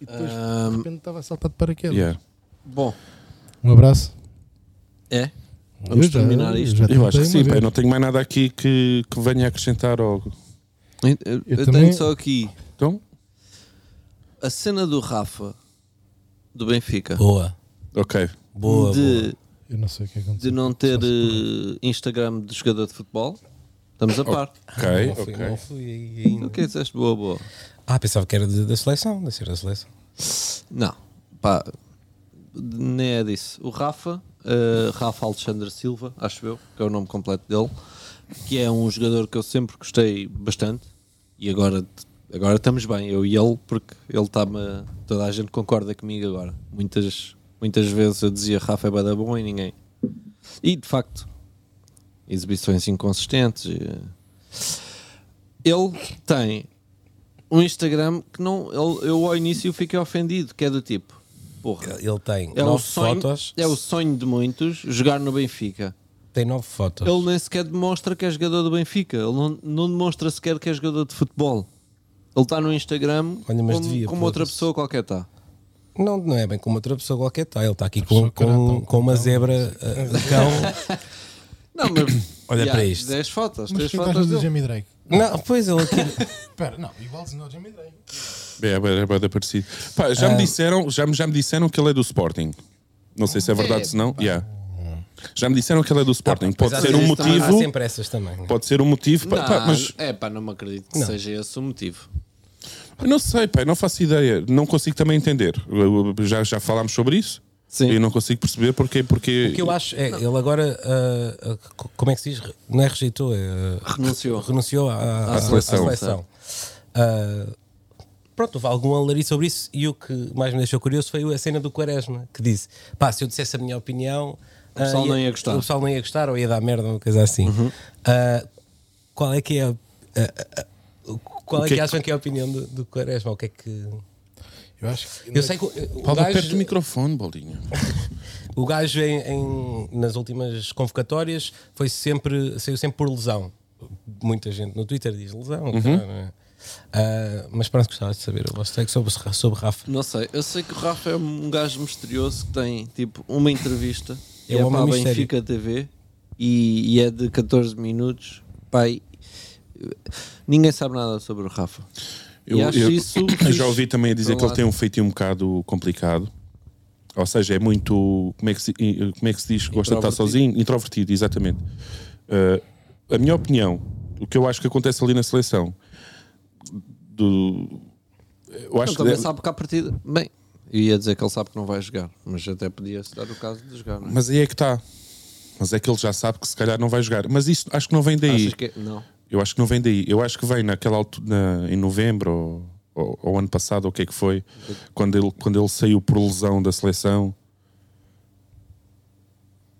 D: E depois de
A: Ahm,
D: repente estava a saltar de paraquedas.
B: Yeah.
A: bom,
D: Um abraço.
A: é. Vamos terminar isto.
B: Eu acho
D: tentei
B: que sim,
D: uma
B: pá, eu
A: é
D: vez.
B: não tenho mais nada aqui que, que venha acrescentar. Ao...
A: Eu, eu
D: Eu
A: tenho
D: também-
A: só aqui
B: Então?
A: a cena do Rafa do Benfica
C: Boa.
B: Ok.
C: Boa, boa.
A: de,
D: Eu não sei o que
A: de
D: aconteceu.
A: não ter eh, Instagram de jogador de futebol. Estamos a par.
B: Ok,
C: Ah, Não fui- não
B: ok.
C: fui aí ainda.
A: O que é que disseste? Boa, boa.
C: Ah, pensava que era de- da seleção, da ser da seleção.
A: Não, pá, nem é disso. O Rafa, eh, Rafa Alexandre Silva, acho eu, que é o nome completo dele, que é um jogador que eu sempre gostei bastante e agora, agora estamos bem, eu e ele, porque ele está-me. toda a gente concorda comigo agora. Muitas, muitas vezes eu dizia Rafa é bada bom e ninguém. E de facto, exibições inconsistentes. eh. Ele tem um Instagram que não. ele- eu ao início fiquei ofendido, que é do tipo. Porra.
C: Ele tem
A: É o,
C: nove
A: sonho,
C: fotos.
A: é o sonho de muitos jogar no Benfica.
C: Tem nove fotos.
A: Ele nem sequer demonstra que é jogador do Benfica. Ele não, não demonstra sequer que é jogador de futebol. Ele está no Instagram
C: Olha, mas
A: como,
C: devia,
A: como outra
C: foda-se.
A: pessoa qualquer tá. está.
C: Não, não é bem como outra pessoa qualquer está. Ele está aqui com,
B: é
C: com, com uma zebra eh, de cão.
A: Não, mas.
C: Olha
A: Ya,
C: para isto. tá
A: 10 fotos,
D: Mas
A: 3
D: tu gostas
A: fotos
D: do
A: dele.
D: Jamie Drake?
C: Não, pois ele aqui.
D: Espera, não, igualzinho ao Jamie Drake.
B: É, é, é bué da parecido. Pá,
A: Ah.
B: já, me disseram, já, me- já me disseram que ele é do Sporting. Não sei se é verdade, se não. Yeah. Já me disseram que ele é do Sporting.
C: Ah. Mas
B: pode
C: há
B: ser um
C: sempre- Há
B: motivo.
C: sempre essas também. né?
B: Pode ser um motivo. pá,
A: Não,
B: pá, mas
A: É pá, não me acredito que
C: Não.
A: seja esse o motivo.
B: eu não sei, pá, não faço ideia. Não consigo também entender. Eu- eu- Já, já falámos sobre isso.
A: Sim.
B: E não consigo perceber porque. porque
C: O que eu acho é ele agora, ah, ah, co- como é que se diz? Re- Não é rejeitou, é, ah,
A: Renunciou.
C: re- renunciou à, à- à
B: seleção.
C: seleção. Ah, pronto, houve algum alariz sobre isso e o que mais me deixou curioso foi a cena do Quaresma que disse: pá, se eu dissesse a minha opinião, o
A: pessoal não ia gostar.
C: O pessoal não ia gostar ou ia dar merda, uma coisa assim. Ah, qual é que é a. a- a- o- qual
B: O
C: é
B: que
C: que,
B: é que-
C: acham que é a opinião do, do Quaresma? O que é que.
D: Eu acho que.
C: Eu sei que. o- o
B: Paulo,
C: gajo-
B: perto do microfone, bolinha.
C: o gajo em, em- nas últimas convocatórias foi sempre, saiu sempre por lesão. Muita gente no Twitter diz lesão, caralho, não é? Ah, mas pronto, gostava de saber o vosso take sobre, sobre Rafa.
A: Não sei, eu sei que o Rafa é um gajo misterioso que tem tipo uma entrevista
C: É
A: é
C: o
A: para
C: homem
A: a
C: mistério.
A: Benfica TV e, e é de 14 minutos. Pai, ninguém sabe nada sobre o Rafa.
B: Eu,
A: e acho
B: eu-
A: isso.
B: eu
A: fixe.
B: já ouvi também a dizer
A: Por
B: que ele
A: lado.
B: tem um feitio um bocado complicado. Ou seja, é muito. Como é que se, como é que se diz? Gosta de estar
A: Introvertido.
B: sozinho? Introvertido, exatamente. Uh, a minha opinião, o que eu acho que acontece ali na seleção. Do, eu acho
A: Ele também
B: que.
A: sabe que a partida. Bem, eu ia dizer que ele sabe que não vai jogar, mas até podia-se dar o caso de jogar. Não é?
B: Mas aí é que está. Mas é que ele já sabe que se calhar não vai jogar. Mas isso acho que não vem daí.
A: Achas que é- Não.
B: Eu acho que não vem daí. Eu acho que vem naquela altura, em novembro ou, ou- ou ano passado, ou o que é que foi, quando ele, quando ele saiu por lesão da seleção.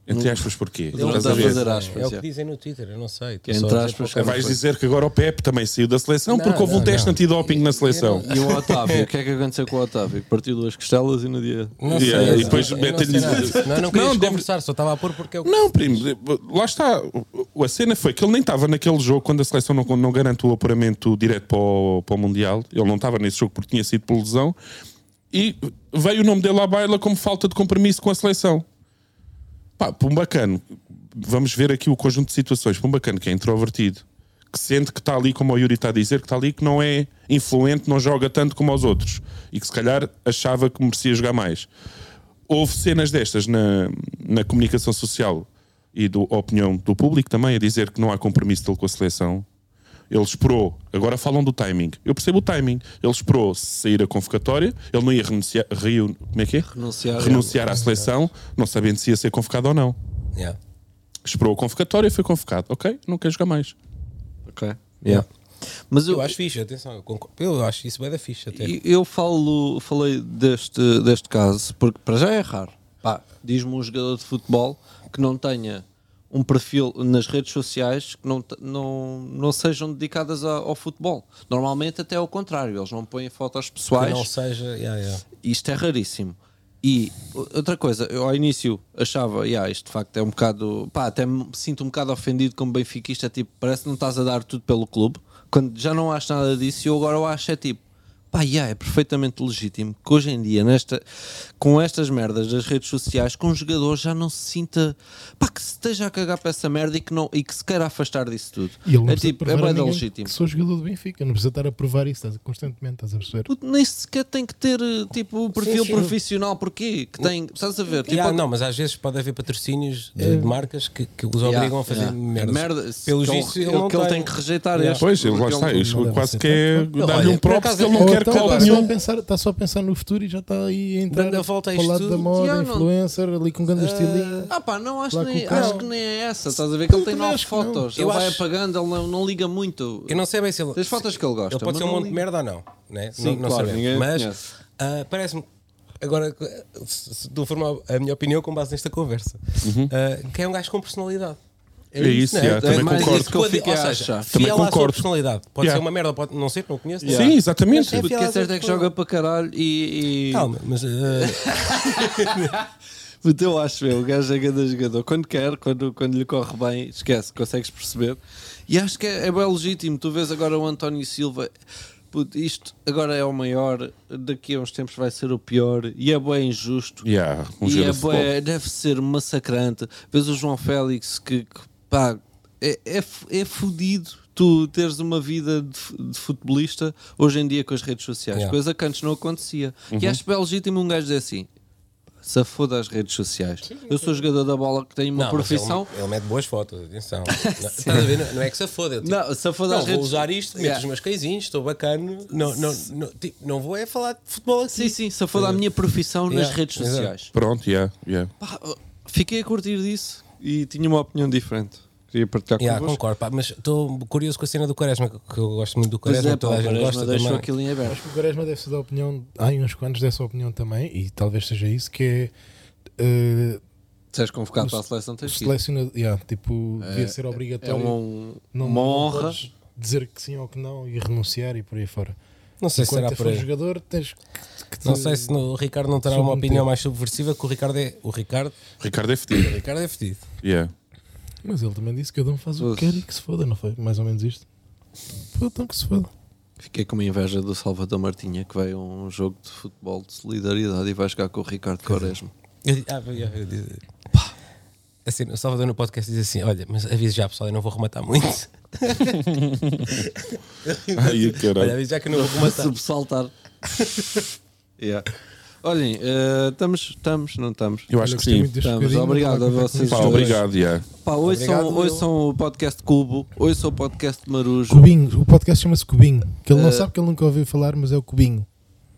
B: Entre aspas, porquê?
A: não
B: Estás
A: dá
B: a
A: a
B: ver?
A: fazer aspas,
C: É o que
A: já.
C: dizem no Twitter, eu não sei.
A: Entre aspas,
B: É, Vais dizer que agora o Pepe também saiu da seleção
C: Não,
B: porque houve um
C: não,
B: teste
C: não.
B: antidoping na seleção.
A: E o Otávio, o que é que aconteceu com o Otávio? Que Partiu duas costelas e no dia.
C: Não
B: Yeah,
C: sei,
B: e
C: eu
B: depois
C: não- eu
B: metem-lhe-
C: não, sei nada. não, não queria
B: Não, deve-
C: conversar, só estava a pôr porque eu.
B: Não, primo, eh, lá está. A cena foi que ele nem estava naquele jogo quando a seleção não, não garante o apuramento direto para o, para o Mundial. Ele não estava nesse jogo porque tinha sido por lesão. E veio o nome dele à baila como falta de compromisso com a seleção. Pá, para um bacano, vamos ver aqui o conjunto de situações. Para um bacano que é introvertido, que sente que está ali, como o Yuri está a dizer, que está ali, que não é influente, não joga tanto como os outros. E que se calhar achava que merecia jogar mais houve cenas destas na, na comunicação social e da opinião do público também a dizer que não há compromisso dele com a seleção. Ele esperou, agora falam do timing. Eu percebo o timing. Ele esperou sair a convocatória, ele não ia renunciar, reun- como é que é?
A: Renunciar.
B: renunciar à seleção, não sabendo se ia ser convocado ou não.
C: Yeah.
B: Esperou a convocatória e foi convocado. Ok, não quer jogar mais.
A: Ok. Yeah. Mas
C: Eu acho fixe, atenção, eu, concordo. eu acho isso bem da fixe até.
A: E Eu falo, falei deste, deste caso porque para já é raro. Pá, diz-me um jogador de futebol que não tenha um perfil nas redes sociais que não, te- não, não sejam dedicadas a- ao futebol. Normalmente até ao contrário, eles não põem fotos
C: Que
A: pessoais
C: não seja. yeah, yeah.
A: isto é raríssimo. E o- outra coisa, eu ao início achava, yeah, isto de facto é um bocado, pá, até me sinto um bocado ofendido como benfiquista, tipo, parece que não estás a dar tudo pelo clube, quando já não acho nada disso e eu agora o acho é tipo, pá, yeah, é perfeitamente legítimo que hoje em dia, nesta, com estas merdas das redes sociais, que um jogador já não se sinta, pá, que se esteja a cagar para essa merda e que, não, e que se queira afastar disso tudo.
D: E ele não
A: é
D: precisa
A: tipo, é
D: provar a
A: bué da
D: ninguém
A: legítimo.
D: Que sou jogador do Benfica, não precisa estar a provar isso estás a- constantemente, estás a perceber?
A: Puto, nem sequer tem que ter eh, tipo o perfil
C: sim.
A: profissional, porquê? Que tem, estás a ver? Tipo,
C: Yeah, não, mas às vezes pode haver patrocínios de, de marcas que, que os
A: Yeah,
C: obrigam a fazer
A: yeah.
C: merda.
A: Merda, se-
C: Pelos
A: que ele-
C: vistos,
A: que
C: ele não
A: ele tem que rejeitar este.
B: Pois, ele lá
A: Porque
B: está.
A: ele-
B: Isto
D: não deve
B: quase
D: aceitar.
B: que é dar-lhe
C: olha,
B: um
C: por
B: props
C: acaso, é
B: que ele não
D: Ou
B: quer
D: então,
B: cloud
D: está, só a
B: nenhum.
D: pensar, está só a pensar no futuro e já está aí a entrar
C: Dando a volta a
D: para o
C: isto
D: lado da
C: tudo.
D: moda,
A: Yeah, não-
D: influencer, ali com um grande estilinho.
A: Ah pá, não, acho,
D: Lá
A: que
D: com
A: nem,
D: o carro.
A: acho que nem é essa. Estás a ver que ele tem
D: também
A: nove
D: acho que não.
A: fotos.
C: Eu
A: Ele vai
C: acho-
A: apagando, ele não, não liga muito.
C: Eu não sei bem se ele.
A: Tens fotos que ele gosta,
C: Ele pode
A: mas
C: ser um
A: não
C: monte de
A: liga.
C: merda ou não. Né?
A: Sim,
C: não, não
A: claro,
C: sabemos.
A: ninguém conhece.
C: Mas ah, parece-me. Agora, se se tu formar a minha opinião com base nesta conversa, ah, que é um gajo com personalidade.
B: É isso,
C: Não,
B: yeah,
C: é
B: também
A: mais
B: concordo.
A: Uhum. isso que eu fico
C: ou
A: a
C: seja,
A: achar.
B: Também
C: fiel à sua
B: concordo.
C: personalidade. Pode
B: Yeah.
C: ser uma merda, pode não ser, não conheço.
A: Yeah.
B: Sim, exatamente.
C: Mas
A: Porque
C: fiel
A: é
C: às
A: certo é que
C: outras
A: joga para caralho e. e...
C: Calma, mas eh,
A: Puta, eu acho, meu, o gajo é grande jogador. Quando quer, quando, quando lhe corre bem, esquece, consegues perceber. E acho que é, é bem legítimo. Tu vês agora o António Silva, puto, isto agora é o maior, daqui a uns tempos vai ser o pior, e é bem injusto.
B: Yeah, um
A: e
B: jogador
A: é
B: de futebol.
A: bué- deve ser massacrante. Vês o João Félix que, que, pá, é, é, fu- é fudido tu teres uma vida de, fu- de futebolista hoje em dia com as redes sociais,
C: Yeah.
A: coisa que antes não acontecia.
B: Uhum.
A: E acho bem legítimo um gajo dizer assim. Se foda as redes sociais. Eu sou jogador da bola que tem uma
C: não, mas
A: profissão.
C: Ele, ele mete boas fotos, atenção. não, estás a ver? Não- Não é que se foda. eu, Tipo,
A: Não, se foda
C: Não,
A: as
C: vou
A: redes
C: usar isto, meto
A: Yeah.
C: os meus cãezinhos, estou bacana. Não, não, não, tipo, não vou é falar de futebol aqui.
A: Sim, sim, se foda a minha profissão nas
C: Yeah,
A: redes
C: exato.
A: sociais.
B: Pronto, yeah, yeah.
A: Pá, fiquei a curtir disso e tinha uma opinião diferente. Queria partilhar
C: Yeah,
A: convosco.
C: concordo, pá, mas estou curioso com a cena do Quaresma, que que eu gosto muito do
A: Pois é,
C: Quaresma,
A: pá,
C: toda
A: o
C: a gente
A: Quaresma
C: gosta
A: deixou
C: também.
A: aquilo em aberto.
D: Acho que o Quaresma deve-se da opinião, há uns quantos dessa opinião também, e talvez seja isso, que é. eh,
A: Se és convocado
D: O
A: para a seleção, tens que ir.
D: seleciona, yeah, tipo, devia ser
A: É
D: obrigatório.
A: uma, um-
D: não,
A: uma
D: não
A: honra.
D: podes dizer que sim ou que não e renunciar e por aí fora.
C: Não sei se
D: Quando
C: será
D: tu
C: por
D: fores
C: aí.
D: jogador, tens que, que te-
C: Não sei se no- o Ricardo não terá uma
D: Submeter.
C: opinião mais subversiva, que o Ricardo é. O Ricardo,
B: Ricardo é
C: o
B: fedido.
C: Ricardo é fedido.
B: Yeah.
D: Mas ele também disse que cada um faz o que
A: Foda-se.
D: quer e que se foda, não foi? Mais ou menos isto. Pô, Então que se foda.
A: Fiquei com uma inveja do Salvador Martinha que veio a um jogo de futebol de solidariedade e vai jogar com o Ricardo Quaresma.
C: Eu, di- ah, eu, eu di- Assim, o Salvador no podcast diz assim: Olha, mas aviso já, pessoal, eu não vou rematar muito.
B: Ai,
C: Olha,
B: caralho.
C: aviso já que eu não vou
A: Para
C: rematar.
A: sobressaltar. yeah. Olhem, eh, estamos, estamos, não estamos.
B: Eu acho que sim.
A: Estamos, obrigado a vocês
B: Pá,
A: dois.
B: obrigado, yeah.
A: Pá, ouçam,
C: Obrigado,
A: ouçam o podcast de Cubo, ouçam o podcast de Marujo.
D: Cubinho, o podcast chama-se Cubinho. Que ele
A: Eh,
D: não sabe que ele nunca ouviu falar, mas é o Cubinho.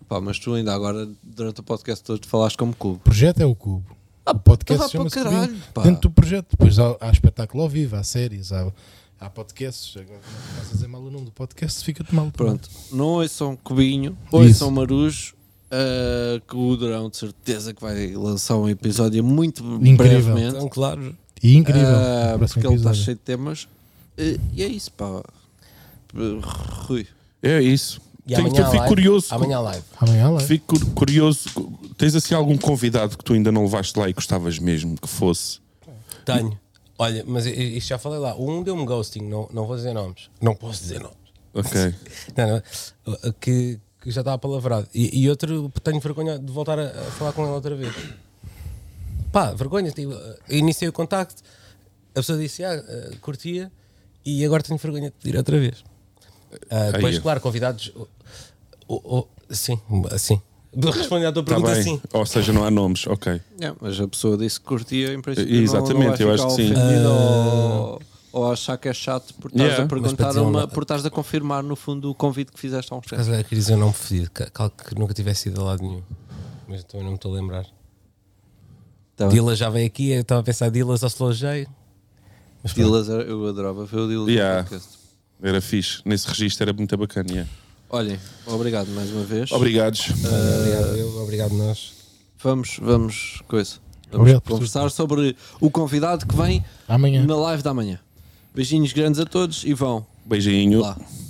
A: Pá, mas tu ainda agora, durante o podcast todo, falaste como Cubo.
D: O projeto é o Cubo. o
A: Ah, vá
D: podcast
A: para
D: chama-se
A: caralho,
D: Cubinho.
A: pá.
D: Dentro do projeto, depois há, há espetáculo ao vivo, há séries, há, há podcasts. Agora, não estás a dizer mal o nome do podcast, fica-te mal. também.
A: Pronto, não ouçam Cubinho,
D: Isso.
A: ouçam Marujo, eh, que o Durão de certeza que vai lançar um episódio muito
D: Incrível.
A: brevemente.
C: Então, claro.
D: E incrível.
A: Ah, porque
D: o próximo
A: ele está
D: episódio.
A: cheio de temas. Eh, e é isso, pá. Eh, Rui.
B: É isso.
C: E
B: Tenho-
C: amanhã há
B: fico
C: live.
B: curioso.
C: Amanhã é? há live.
D: Amanhã lá.
B: Fico cur- curioso. Tens assim algum convidado que tu ainda não levaste lá e gostavas mesmo que fosse?
C: Tenho. Olha, mas i- i- isto já falei lá. Um deu-me ghosting, não, não vou dizer nomes. Não posso dizer nomes.
B: Ok. Tá
C: Não, não, que, que já está apalavrado. E, e outro, tenho vergonha de voltar a, a falar com ele outra vez. Pá, vergonha. Tipo, eu iniciei o contacto, a pessoa disse, ah, eh, curtia, e agora tenho vergonha de pedir outra vez. Ah, depois,
B: Aí.
C: claro, convidados. o- o- o- sim, assim. De responder à tua
B: Está Tá
C: pergunta,
B: bem.
C: sim.
B: Ou seja, não há nomes. Ok.
A: É, mas a pessoa disse que curtia, em princípio.
B: Eh,
A: não- não,
B: exatamente,
A: vai
B: eu acho
A: ficar
B: que sim.
A: ofendida Ou,
D: Ah.
A: ou achar que é chato por estás
B: Yeah.
A: a
B: Mas um
C: para
A: perguntar
C: dizer
A: uma,
C: uma-
A: por estás a confirmar no fundo o convite que fizeste há uns
C: Por
A: tempos.
C: acaso eu queria dizer um nome fedido, que, que nunca tivesse ido a lado nenhum. Mas também não me estou a lembrar.
A: Tá bem.
C: Dilas já veio aqui, eu estava a pensar Dilas ao Slowjay. Mas
D: é?
C: pronto.
A: Dilas, era- eu adorava ver o Dilas no
B: Yeah.
A: podcast.
B: Era fixe. Nesse registro era muito bacana. yeah.
A: Olhem, obrigado mais uma vez.
B: Obrigados.
C: Ah, Obrigado, eu, obrigado nós.
A: Vamos, vamos, coisa. Vamos
D: Obrigado por
A: conversar sobre o convidado que vem
D: Amanhã.
A: na live da manhã. Beijinhos grandes a todos e vão
B: Beijinho.
A: lá.